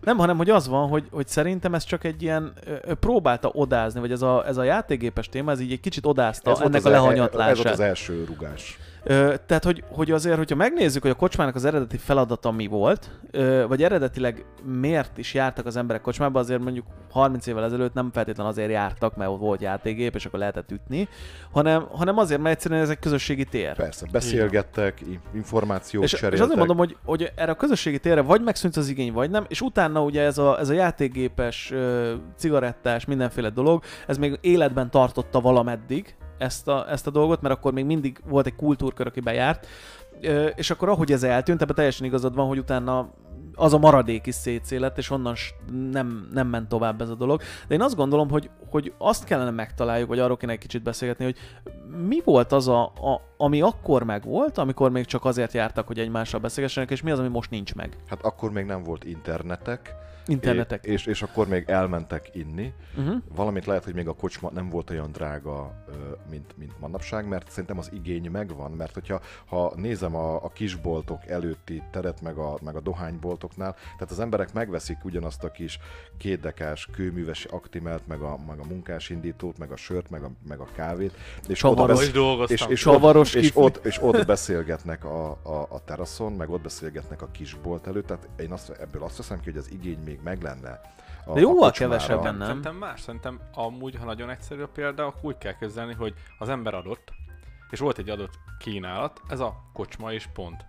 Speaker 2: nem, hanem hogy az van, hogy, hogy szerintem ez csak egy ilyen, ö, ö, próbálta odázni, vagy ez a, ez a játékgépes téma, ez így egy kicsit odázta
Speaker 3: Ez
Speaker 2: ez
Speaker 3: volt
Speaker 2: ennek
Speaker 3: az
Speaker 2: a
Speaker 3: el- Ez volt
Speaker 2: lehanyatlását.
Speaker 3: az első rugás.
Speaker 2: Ö, Tehát, hogy, hogy azért, hogyha megnézzük, hogy a kocsmának az eredeti feladata mi volt, ö, vagy eredetileg miért is jártak az emberek kocsmába, azért mondjuk 30 évvel ezelőtt nem feltétlenül azért jártak, mert ott volt játékgép, és akkor lehetett ütni, hanem, hanem azért, mert egyszerűen ez egy közösségi tér.
Speaker 3: Persze, beszélgettek, i- információt
Speaker 2: És,
Speaker 3: cseréltek.
Speaker 2: és azért mondom, hogy, hogy erre a közösségi térre vagy megszűnt az igény, vagy nem, és utána ugye ez a, ez a játékgépes, ö, cigarettás, mindenféle dolog, ez még életben tartotta valameddig ezt a, ezt a dolgot, mert akkor még mindig volt egy kultúrkör, aki bejárt, Ö, és akkor ahogy ez eltűnt, ebben teljesen igazad van, hogy utána az a maradék is szétszél lett, és onnan s- nem, nem ment tovább ez a dolog. De én azt gondolom, hogy, hogy azt kellene megtaláljuk, vagy arról kéne egy kicsit beszélgetni, hogy mi volt az, a, a, ami akkor megvolt, amikor még csak azért jártak, hogy egymással beszélgessenek, és mi az, ami most nincs meg?
Speaker 3: Hát akkor még nem volt internetek.
Speaker 2: Internetek.
Speaker 3: É- És, és akkor még elmentek inni.
Speaker 2: Uh-huh.
Speaker 3: Valamint lehet, hogy még a kocsma nem volt olyan drága, ö, mint, mint manapság, mert szerintem az igény megvan, mert hogyha ha nézem a, a kisboltok előtti teret, meg a, meg a dohányboltoknál, tehát az emberek megveszik ugyanazt a kis kétdekás kőműves aktimelt, meg a, meg a munkásindítót, meg a sört, meg a, meg a kávét, és oda,
Speaker 2: Csavaros.
Speaker 4: Ahol
Speaker 2: Ahol
Speaker 4: is
Speaker 2: is
Speaker 3: besz- és, és,
Speaker 4: dolgoztam.
Speaker 3: ott,
Speaker 2: Csavaros
Speaker 3: és,
Speaker 2: kifli.
Speaker 3: ott, és ott beszélgetnek a, a, a teraszon, meg ott beszélgetnek a kisbolt előtt, tehát én azt, ebből azt veszem ki, hogy az igény még meg lenne. A,
Speaker 2: De jóval
Speaker 3: a kocsmára.
Speaker 2: kevesebben, nem?
Speaker 4: Szerintem más, szerintem amúgy, ha nagyon egyszerű a példa, akkor úgy kell kezelni, hogy az ember adott, és volt egy adott kínálat, ez a kocsma és pont.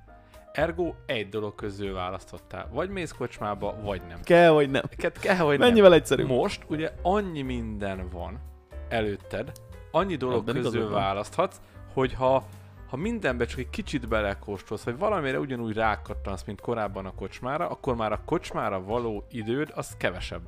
Speaker 4: Ergo egy dolog közül választottál. Vagy mész kocsmába, vagy nem.
Speaker 2: Kell, vagy nem.
Speaker 4: Neked kell, hogy nem.
Speaker 2: Mennyivel egyszerűbb?
Speaker 4: Most ugye annyi minden van előtted, annyi dolog
Speaker 2: Ebben
Speaker 4: közül
Speaker 2: igazad van.
Speaker 4: választhatsz, hogy ha, ha mindenbe csak egy kicsit belekóstolsz, vagy valamire ugyanúgy rákattansz, mint korábban a kocsmára, akkor már a kocsmára való időd az kevesebb.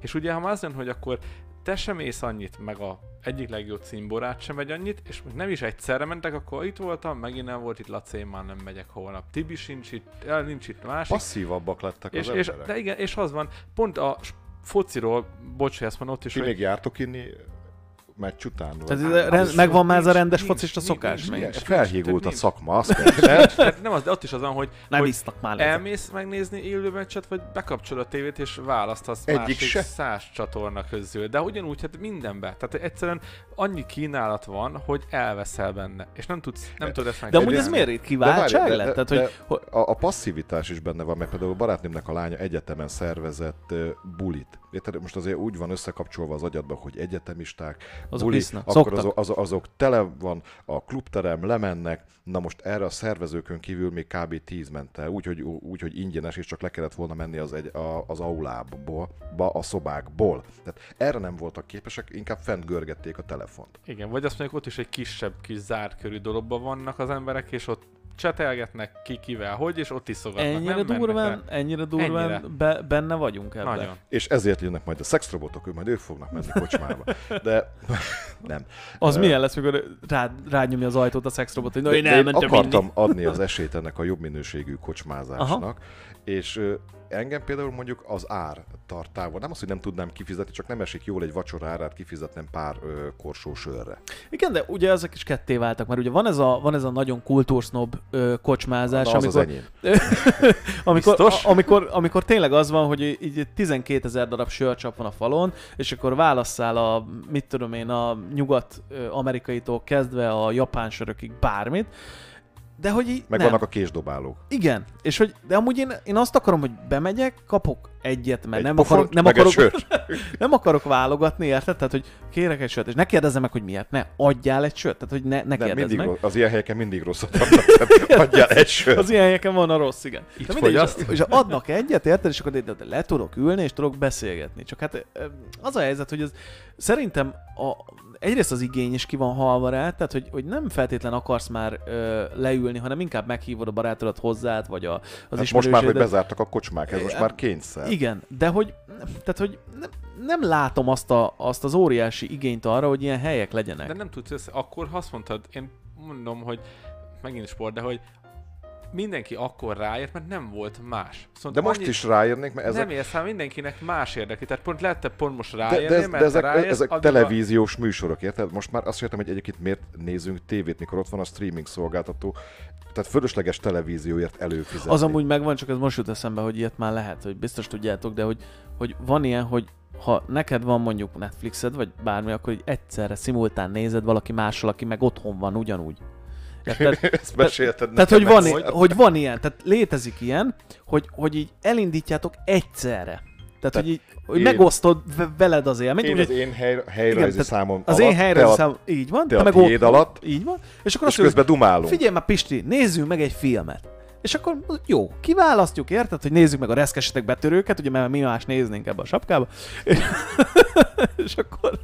Speaker 4: És ugye, ha már az jön, hogy akkor te sem ész annyit, meg a egyik legjobb címborát sem megy annyit, és még nem is egyszerre mentek, akkor itt voltam, megint nem volt itt Laci, én már nem megyek holnap. Tibi sincs itt, el, nincs itt másik.
Speaker 3: Passzívabbak lettek
Speaker 4: És,
Speaker 3: az
Speaker 4: és,
Speaker 3: emberek.
Speaker 4: de igen, és az van, pont a s- fociról, bocs, hogy ezt mondom, ott is,
Speaker 3: Ti
Speaker 4: hogy
Speaker 3: még jártok inni meccs után?
Speaker 2: Tehát
Speaker 3: Vagy? Hát,
Speaker 2: ez a rend, megvan már ez a
Speaker 4: nincs,
Speaker 2: rendes
Speaker 4: nincs,
Speaker 2: focista
Speaker 4: nincs,
Speaker 2: szokás?
Speaker 4: nincs,
Speaker 2: még?
Speaker 3: Ilyen,
Speaker 4: nincs,
Speaker 3: felhígult a
Speaker 4: nincs.
Speaker 3: szakma,
Speaker 2: [LAUGHS]
Speaker 3: azt kell, hát
Speaker 4: tehát nem az, de ott is az van, hogy,
Speaker 2: Nem
Speaker 4: hogy
Speaker 2: isznak már ezek.
Speaker 4: elmész megnézni élő meccset, vagy bekapcsolod a tévét, és választasz
Speaker 3: Egyik
Speaker 4: másik
Speaker 3: se.
Speaker 4: száz csatorna közül. De ugyanúgy, hát mindenbe. Tehát egyszerűen annyi kínálat van, hogy elveszel benne, és nem tudsz, nem tudod ezt
Speaker 2: De amúgy ez
Speaker 4: megcsinálni.
Speaker 2: miért itt
Speaker 3: De várj,
Speaker 2: kiváltság
Speaker 3: de-
Speaker 2: lett?
Speaker 3: de-
Speaker 2: Tehát,
Speaker 3: de
Speaker 2: hogy, hogy
Speaker 3: a, a passzivitás is benne van, mert például a barátnőmnek a lánya egyetemen szervezett ö, bulit. Érted? Most azért úgy van összekapcsolva az agyadba, hogy egyetemisták,
Speaker 2: Azok isznak,
Speaker 3: akkor
Speaker 2: szoktak.
Speaker 3: azok, azok, azok tele van, a klubterem, lemennek, na most erre a szervezőkön kívül még kb. 10 ment el, úgyhogy úgy, hogy ingyenes, és csak le kellett volna menni az, egy, a, az aulából, ba, a szobákból. Tehát erre nem voltak képesek, inkább fent görgették a telefont.
Speaker 4: Igen, vagy azt mondjuk ott is egy kisebb, kis zárt körű dologban vannak az emberek, és ott csetelgetnek ki, kivel, hogy, és ott iszogatnak.
Speaker 2: ennyire
Speaker 4: nem mennek
Speaker 2: durván,
Speaker 4: el.
Speaker 2: ennyire durván
Speaker 4: Ennyire.
Speaker 2: be, benne vagyunk ebben.
Speaker 4: Nagyon.
Speaker 3: És ezért jönnek majd a szexrobotok, ők majd ők fognak menni kocsmába. De nem.
Speaker 2: Az
Speaker 3: Ö,
Speaker 2: milyen lesz, mikor rád, rádnyomja az ajtót a szexrobot, hogy na, én
Speaker 3: de én
Speaker 2: elmentem
Speaker 3: akartam
Speaker 2: inni.
Speaker 3: adni az esélyt ennek a jobb minőségű kocsmázásnak, Aha. és ö, engem például mondjuk az ár tartával, nem az, hogy nem tudnám kifizetni, csak nem esik jól egy vacsora árát kifizetnem pár ö, korsó sörre.
Speaker 2: Igen, de ugye ezek is ketté váltak, mert ugye van ez a, van ez a nagyon kultúrsznob ö, kocsmázás,
Speaker 3: Na, az az
Speaker 2: amikor,
Speaker 3: enyém.
Speaker 2: amikor,
Speaker 4: Biztos?
Speaker 2: a, amikor, amikor tényleg az van, hogy így 12 ezer darab sörcsap van a falon, és akkor válasszál a, mit tudom én, a nyugat-amerikaitól kezdve a japán sörökig bármit, de hogy így
Speaker 3: Meg
Speaker 2: nem.
Speaker 3: vannak a késdobálók.
Speaker 2: Igen, és hogy, de amúgy én, én azt akarom, hogy bemegyek, kapok egyet, mert
Speaker 3: Egy
Speaker 2: nem,
Speaker 3: pofont,
Speaker 2: akarok, nem,
Speaker 3: meg egy
Speaker 2: akarok,
Speaker 3: sört.
Speaker 2: nem akarok válogatni, érted? Tehát, hogy kérek egy sört, és ne kérdezzem meg, hogy miért, ne adjál egy sört, tehát, hogy ne, ne
Speaker 3: Nem,
Speaker 2: kérdezz
Speaker 3: mindig,
Speaker 2: meg.
Speaker 3: rossz- az ilyen helyeken mindig rosszat adnak, tehát
Speaker 2: [LAUGHS]
Speaker 3: adjál egy sört.
Speaker 2: Az ilyen helyeken van a rossz, igen.
Speaker 4: Itt
Speaker 2: de mindegy, és-
Speaker 4: fogyaszt.
Speaker 2: és adnak egyet, érted, és akkor de, de le tudok ülni, és tudok beszélgetni. Csak hát ö, az a helyzet, hogy ez szerintem a, egyrészt az igény is ki van halva rá, tehát hogy, hogy nem feltétlen akarsz már ö, leülni, hanem inkább meghívod a barátodat hozzád, vagy a, az
Speaker 3: Hát
Speaker 2: ismerősödet.
Speaker 3: most már, hogy bezártak a kocsmák, ez most
Speaker 2: Igen.
Speaker 3: már kényszer.
Speaker 2: hát Igen, de hogy, tehát, hogy nem, nem látom azt, a, azt az óriási igényt arra, hogy ilyen helyek legyenek.
Speaker 4: De nem tudsz össze. Akkor ha azt mondtad, én mondom, hogy megint sport, de hogy mindenki akkor ráért, mert nem volt más. Szóval
Speaker 3: De most is ráérnék, mert ezek
Speaker 4: Ezek... Nem érsz, hát mindenkinek más érdekli. Tehát pont lehet, te pont most
Speaker 3: De,
Speaker 4: ráérni,
Speaker 3: de, ez, de
Speaker 4: mert
Speaker 3: ezek,
Speaker 4: ráérsz,
Speaker 3: ezek
Speaker 4: addig
Speaker 3: televíziós a... műsorok, érted? Most már azt értem, hogy egyébként miért nézünk tévét, mikor ott van a streaming szolgáltató, tehát fölösleges televízióért előfizetni.
Speaker 2: Az amúgy megvan, csak ez most jut eszembe, hogy ilyet már lehet, hogy biztos tudjátok, de hogy, hogy van ilyen, hogy ha neked van mondjuk Netflixed, vagy bármi, akkor így egyszerre szimultán nézed valaki mással, aki meg otthon van ugyanúgy. Érted?
Speaker 3: [LAUGHS] [LAUGHS] Ezt mesélted
Speaker 2: Tehát, hogy
Speaker 3: nekem
Speaker 2: van,
Speaker 3: egyszer.
Speaker 2: i- hogy van ilyen, tehát létezik ilyen, hogy, hogy így elindítjátok egyszerre. Tehát, hogy, így, hogy
Speaker 3: én-
Speaker 2: megosztod ve- veled az élményt.
Speaker 3: Én
Speaker 2: úgyhogy-
Speaker 3: az én hely,
Speaker 2: igen,
Speaker 3: helyrajzi
Speaker 2: tehát
Speaker 3: számom
Speaker 2: Az
Speaker 3: alatt,
Speaker 2: én
Speaker 3: te
Speaker 2: helyrajzi
Speaker 3: a-
Speaker 2: számom, így van.
Speaker 3: te a
Speaker 2: ott-
Speaker 3: tiéd alatt,
Speaker 2: Így van. És akkor azt
Speaker 3: és
Speaker 2: mondjuk,
Speaker 3: közben dumálunk.
Speaker 2: figyelj már Pisti, nézzünk meg egy filmet. És akkor jó, kiválasztjuk, érted, hogy nézzük meg a reszkesetek betörőket, ugye mert mi más néznénk ebbe a sapkába. [LAUGHS] és akkor...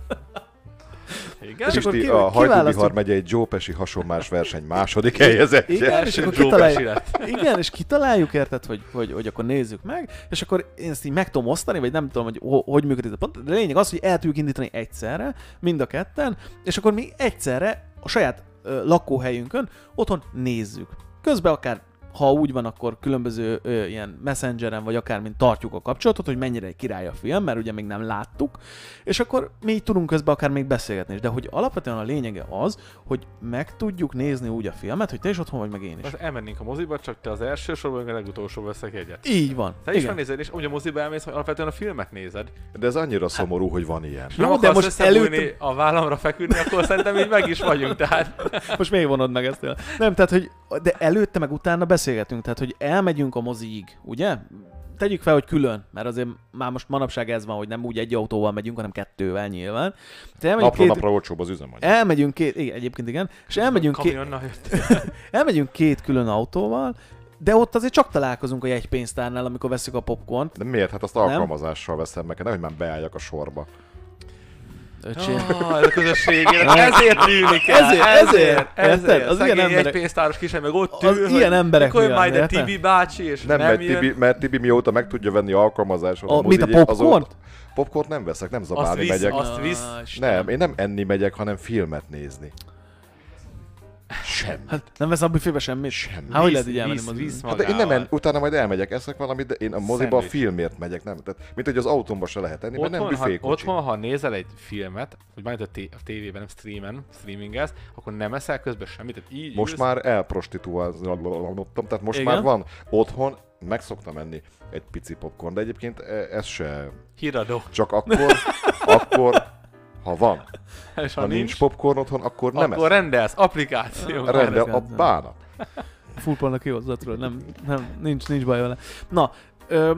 Speaker 4: Igen?
Speaker 2: És akkor
Speaker 3: Pisti,
Speaker 2: ki-
Speaker 3: a
Speaker 2: kiválasztjuk.
Speaker 3: Hajdúbihar megyei Jópesi hasonmás verseny második helyezettje.
Speaker 2: Igen, és akkor
Speaker 4: Joe Pesci
Speaker 2: kitaláljuk,
Speaker 4: lett.
Speaker 2: [LAUGHS] igen, és kitaláljuk, érted, hogy, hogy, hogy akkor nézzük meg, és akkor én ezt így meg tudom osztani, vagy nem tudom, hogy ho- hogy működik ez a pont. De lényeg az, hogy el tudjuk indítani egyszerre, mind a ketten, és akkor mi egyszerre a saját ö, lakóhelyünkön otthon nézzük. Közben akár ha úgy van, akkor különböző ö, ilyen messengeren, vagy akár mint tartjuk a kapcsolatot, hogy mennyire egy király a film, mert ugye még nem láttuk, és akkor mi így tudunk közben akár még beszélgetni is. De hogy alapvetően a lényege az, hogy meg tudjuk nézni úgy a filmet, hogy te is otthon vagy, meg én is.
Speaker 4: Most elmennénk a moziba, csak te az első sorban, meg a legutolsó veszek egyet.
Speaker 2: Így van.
Speaker 4: Te is megnézed, és úgy a moziba elmész, hogy alapvetően a filmet nézed.
Speaker 3: De ez annyira szomorú, hogy van ilyen.
Speaker 4: És
Speaker 2: Jó,
Speaker 4: nem
Speaker 2: de
Speaker 4: akarsz
Speaker 2: most
Speaker 4: összebújni,
Speaker 2: előtt-
Speaker 4: a vállamra feküdni, akkor szerintem így meg is vagyunk. Tehát
Speaker 2: Most miért vonod meg ezt? tőle? Nem, tehát, hogy de előtte meg utána beszélgetünk, tehát, hogy elmegyünk a moziig, ugye? Tegyük fel, hogy külön, mert azért már most manapság ez van, hogy nem úgy egy autóval megyünk, hanem kettővel nyilván. Tehát elmegyünk
Speaker 3: Napról
Speaker 2: két, E-
Speaker 3: napra olcsóbb az üzemanyag.
Speaker 2: elmegyünk két, igen, egyébként igen, és elmegyünk, két,
Speaker 4: kamionnal jöttél.
Speaker 2: elmegyünk két külön autóval, de ott azért csak találkozunk a jegypénztárnál, amikor veszük a popcornt.
Speaker 3: De miért? Hát azt alkalmazással veszem meg, nehogy már beálljak a sorba.
Speaker 2: Öcsém.
Speaker 4: Ah, ez a közösség, ezért ülni kell,
Speaker 2: Ezért,
Speaker 4: ezért,
Speaker 2: ezért,
Speaker 4: ezért,
Speaker 2: érted?
Speaker 4: ezért.
Speaker 2: Az
Speaker 4: Az
Speaker 2: ilyen
Speaker 4: ilyen
Speaker 2: emberek-
Speaker 4: egy pénztáros kisem, meg ott ül,
Speaker 2: Az ilyen emberek
Speaker 4: mikor jön
Speaker 2: miatt,
Speaker 4: majd a
Speaker 2: érted?
Speaker 4: Tibi bácsi, és
Speaker 3: Nem,
Speaker 4: nem,
Speaker 3: mert
Speaker 4: jön.
Speaker 3: Tibi, mert Tibi mióta meg tudja venni alkalmazáson.
Speaker 2: A- mit, a
Speaker 3: mozi- azóta-
Speaker 2: popcornt?
Speaker 3: Popcornt nem veszek, nem
Speaker 4: azt
Speaker 3: zabálni
Speaker 4: visz,
Speaker 3: megyek.
Speaker 4: azt visz.
Speaker 2: Ah, Istenem.
Speaker 3: Nem, én nem enni megyek, hanem filmet nézni. Sem.
Speaker 2: Hát nem vesz abból félbe semmit? Semmit. Hát hogy
Speaker 4: Víz-
Speaker 2: lehet így elmenni
Speaker 4: víz-
Speaker 2: moziba?
Speaker 4: víz
Speaker 3: Hát én nem en,
Speaker 4: magával.
Speaker 3: utána majd elmegyek, eszek valamit, de én a moziba a
Speaker 4: Szendvics.
Speaker 3: filmért megyek, nem? Tehát, mint hogy az autómba se lehet enni, mert nem
Speaker 4: Otthon, ha,
Speaker 3: büfékocsi.
Speaker 4: otthon, ha nézel egy filmet, vagy már a, té- a tévében, nem streamen, streamingelsz, akkor nem eszel közben semmit, tehát így
Speaker 3: Most
Speaker 4: ülsz.
Speaker 3: már elprostituáltam, tehát most
Speaker 2: Igen?
Speaker 3: már van. Otthon meg szoktam enni egy pici popcorn, de egyébként e, ez se
Speaker 4: híradó.
Speaker 3: Csak
Speaker 4: [LAUGHS]
Speaker 3: akkor, akkor, ha van,
Speaker 4: És ha,
Speaker 3: ha nincs popcorn otthon, akkor nem
Speaker 4: nem akkor
Speaker 3: akkor
Speaker 4: rendelsz, applikáció.
Speaker 2: Re-
Speaker 3: rendel a
Speaker 2: rendelkezem.
Speaker 3: bánat.
Speaker 2: Fullpornak kihozza tudod, nem, nem, nincs, nincs baj vele. Na, ö,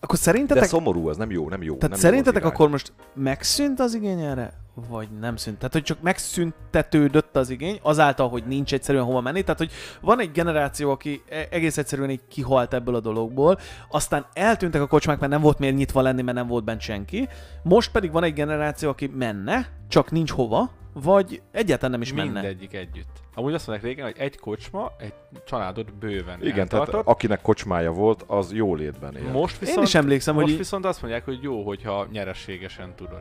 Speaker 2: akkor
Speaker 3: De
Speaker 2: szerintetek,
Speaker 3: szomorú, ez nem jó, nem jó.
Speaker 2: tehát
Speaker 3: nem
Speaker 2: szerintetek
Speaker 3: jó az
Speaker 2: akkor most megszűnt az igény erre? Vagy nem szűnt? Tehát, hogy csak megszüntetődött az igény, azáltal, hogy nincs egyszerűen hova menni. Tehát, hogy van egy generáció, aki e- egész egyszerűen így kihalt ebből a dologból, aztán eltűntek a kocsmák, mert nem volt miért nyitva lenni, mert nem volt bent senki. Most pedig van egy generáció, aki menne, csak nincs hova, vagy egyáltalán nem is menne.
Speaker 4: Mindegyik együtt. Amúgy azt mondják régen, hogy egy kocsma egy családot bőven
Speaker 3: irány. Igen, tehát
Speaker 4: eltartott.
Speaker 3: akinek kocsmája volt, az jólétben él.
Speaker 4: most viszont,
Speaker 2: is emlékszem, hogy
Speaker 4: most
Speaker 2: így-
Speaker 4: viszont azt mondják, hogy jó, hogyha nyerességesen tudod.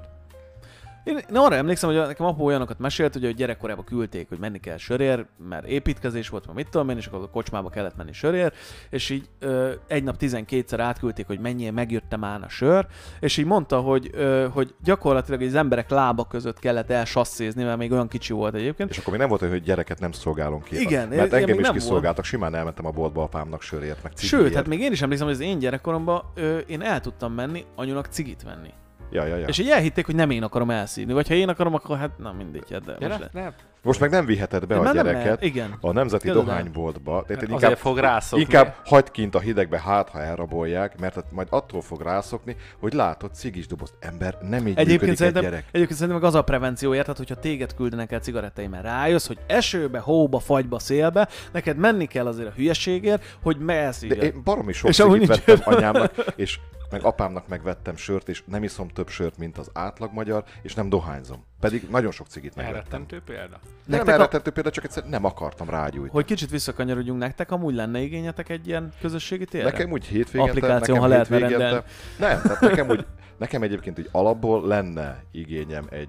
Speaker 2: Én, én arra emlékszem, hogy nekem apa olyanokat mesélt, hogy, hogy gyerekkorában küldték, hogy menni kell sörér, mert építkezés volt, mert mit tudom én, és akkor a kocsmába kellett menni sörér, és így ö, egy nap 12-szer átküldték, hogy mennyire megjöttem án a sör, és így mondta, hogy, ö, hogy gyakorlatilag így az emberek lába között kellett elsasszézni, mert még olyan kicsi volt egyébként.
Speaker 3: És akkor még nem volt olyan, hogy gyereket nem szolgálom ki.
Speaker 2: Igen, ilyen
Speaker 3: mert
Speaker 2: még
Speaker 3: engem is
Speaker 2: nem
Speaker 3: kiszolgáltak, simán elmentem a boltba apámnak sörért, meg cigiért.
Speaker 2: Sőt, hát még én is emlékszem, hogy az én gyerekkoromban ö, én el tudtam menni anyunak cigit venni.
Speaker 3: Ja, ja, ja.
Speaker 2: Ja. És így elhitték, hogy nem én akarom elszívni, vagy ha én akarom, akkor hát nem mindegy. hát De most
Speaker 4: Gyere,
Speaker 2: le-
Speaker 4: nem.
Speaker 3: Most meg nem viheted be
Speaker 2: De
Speaker 3: a
Speaker 2: már nem
Speaker 3: gyereket
Speaker 2: lehet, igen.
Speaker 3: a Nemzeti
Speaker 2: Tudod,
Speaker 3: Dohányboltba. Tehát én
Speaker 4: Azért fog rászokni.
Speaker 3: Inkább hagyd kint a hidegbe, hát ha elrabolják, mert hát majd attól fog rászokni, hogy látod cigis dobozt. Ember, nem így
Speaker 2: Egyébként
Speaker 3: működik egy
Speaker 2: szerintem,
Speaker 3: gyerek.
Speaker 2: egyébként szerintem meg az a prevenció érted, hogyha téged küldenek el cigarettaimmel, rájössz, hogy esőbe, hóba, fagyba, szélbe, neked menni kell azért a hülyeségért, hogy
Speaker 3: De
Speaker 2: meelszívja.
Speaker 3: én baromi sok
Speaker 2: És amúgy
Speaker 3: cigit
Speaker 2: nincs.
Speaker 3: vettem anyámnak, és meg apámnak megvettem sört, és nem iszom több sört, mint az átlag magyar, és nem dohányzom. Pedig nagyon sok cigit megvettem.
Speaker 4: Elrettentő példa.
Speaker 3: De nem
Speaker 2: Nektek a-
Speaker 3: elrettentő például, csak egyszer nem akartam rágyújtani.
Speaker 2: Hogy kicsit visszakanyarodjunk nektek, amúgy lenne igényetek egy ilyen közösségi térre?
Speaker 3: Nekem úgy hétvégente,
Speaker 2: Applikáción,
Speaker 3: nekem
Speaker 2: ha lehetne
Speaker 3: hétvégente-
Speaker 2: rendelni.
Speaker 3: Nem, tehát nekem, úgy, nekem egyébként úgy alapból lenne igényem egy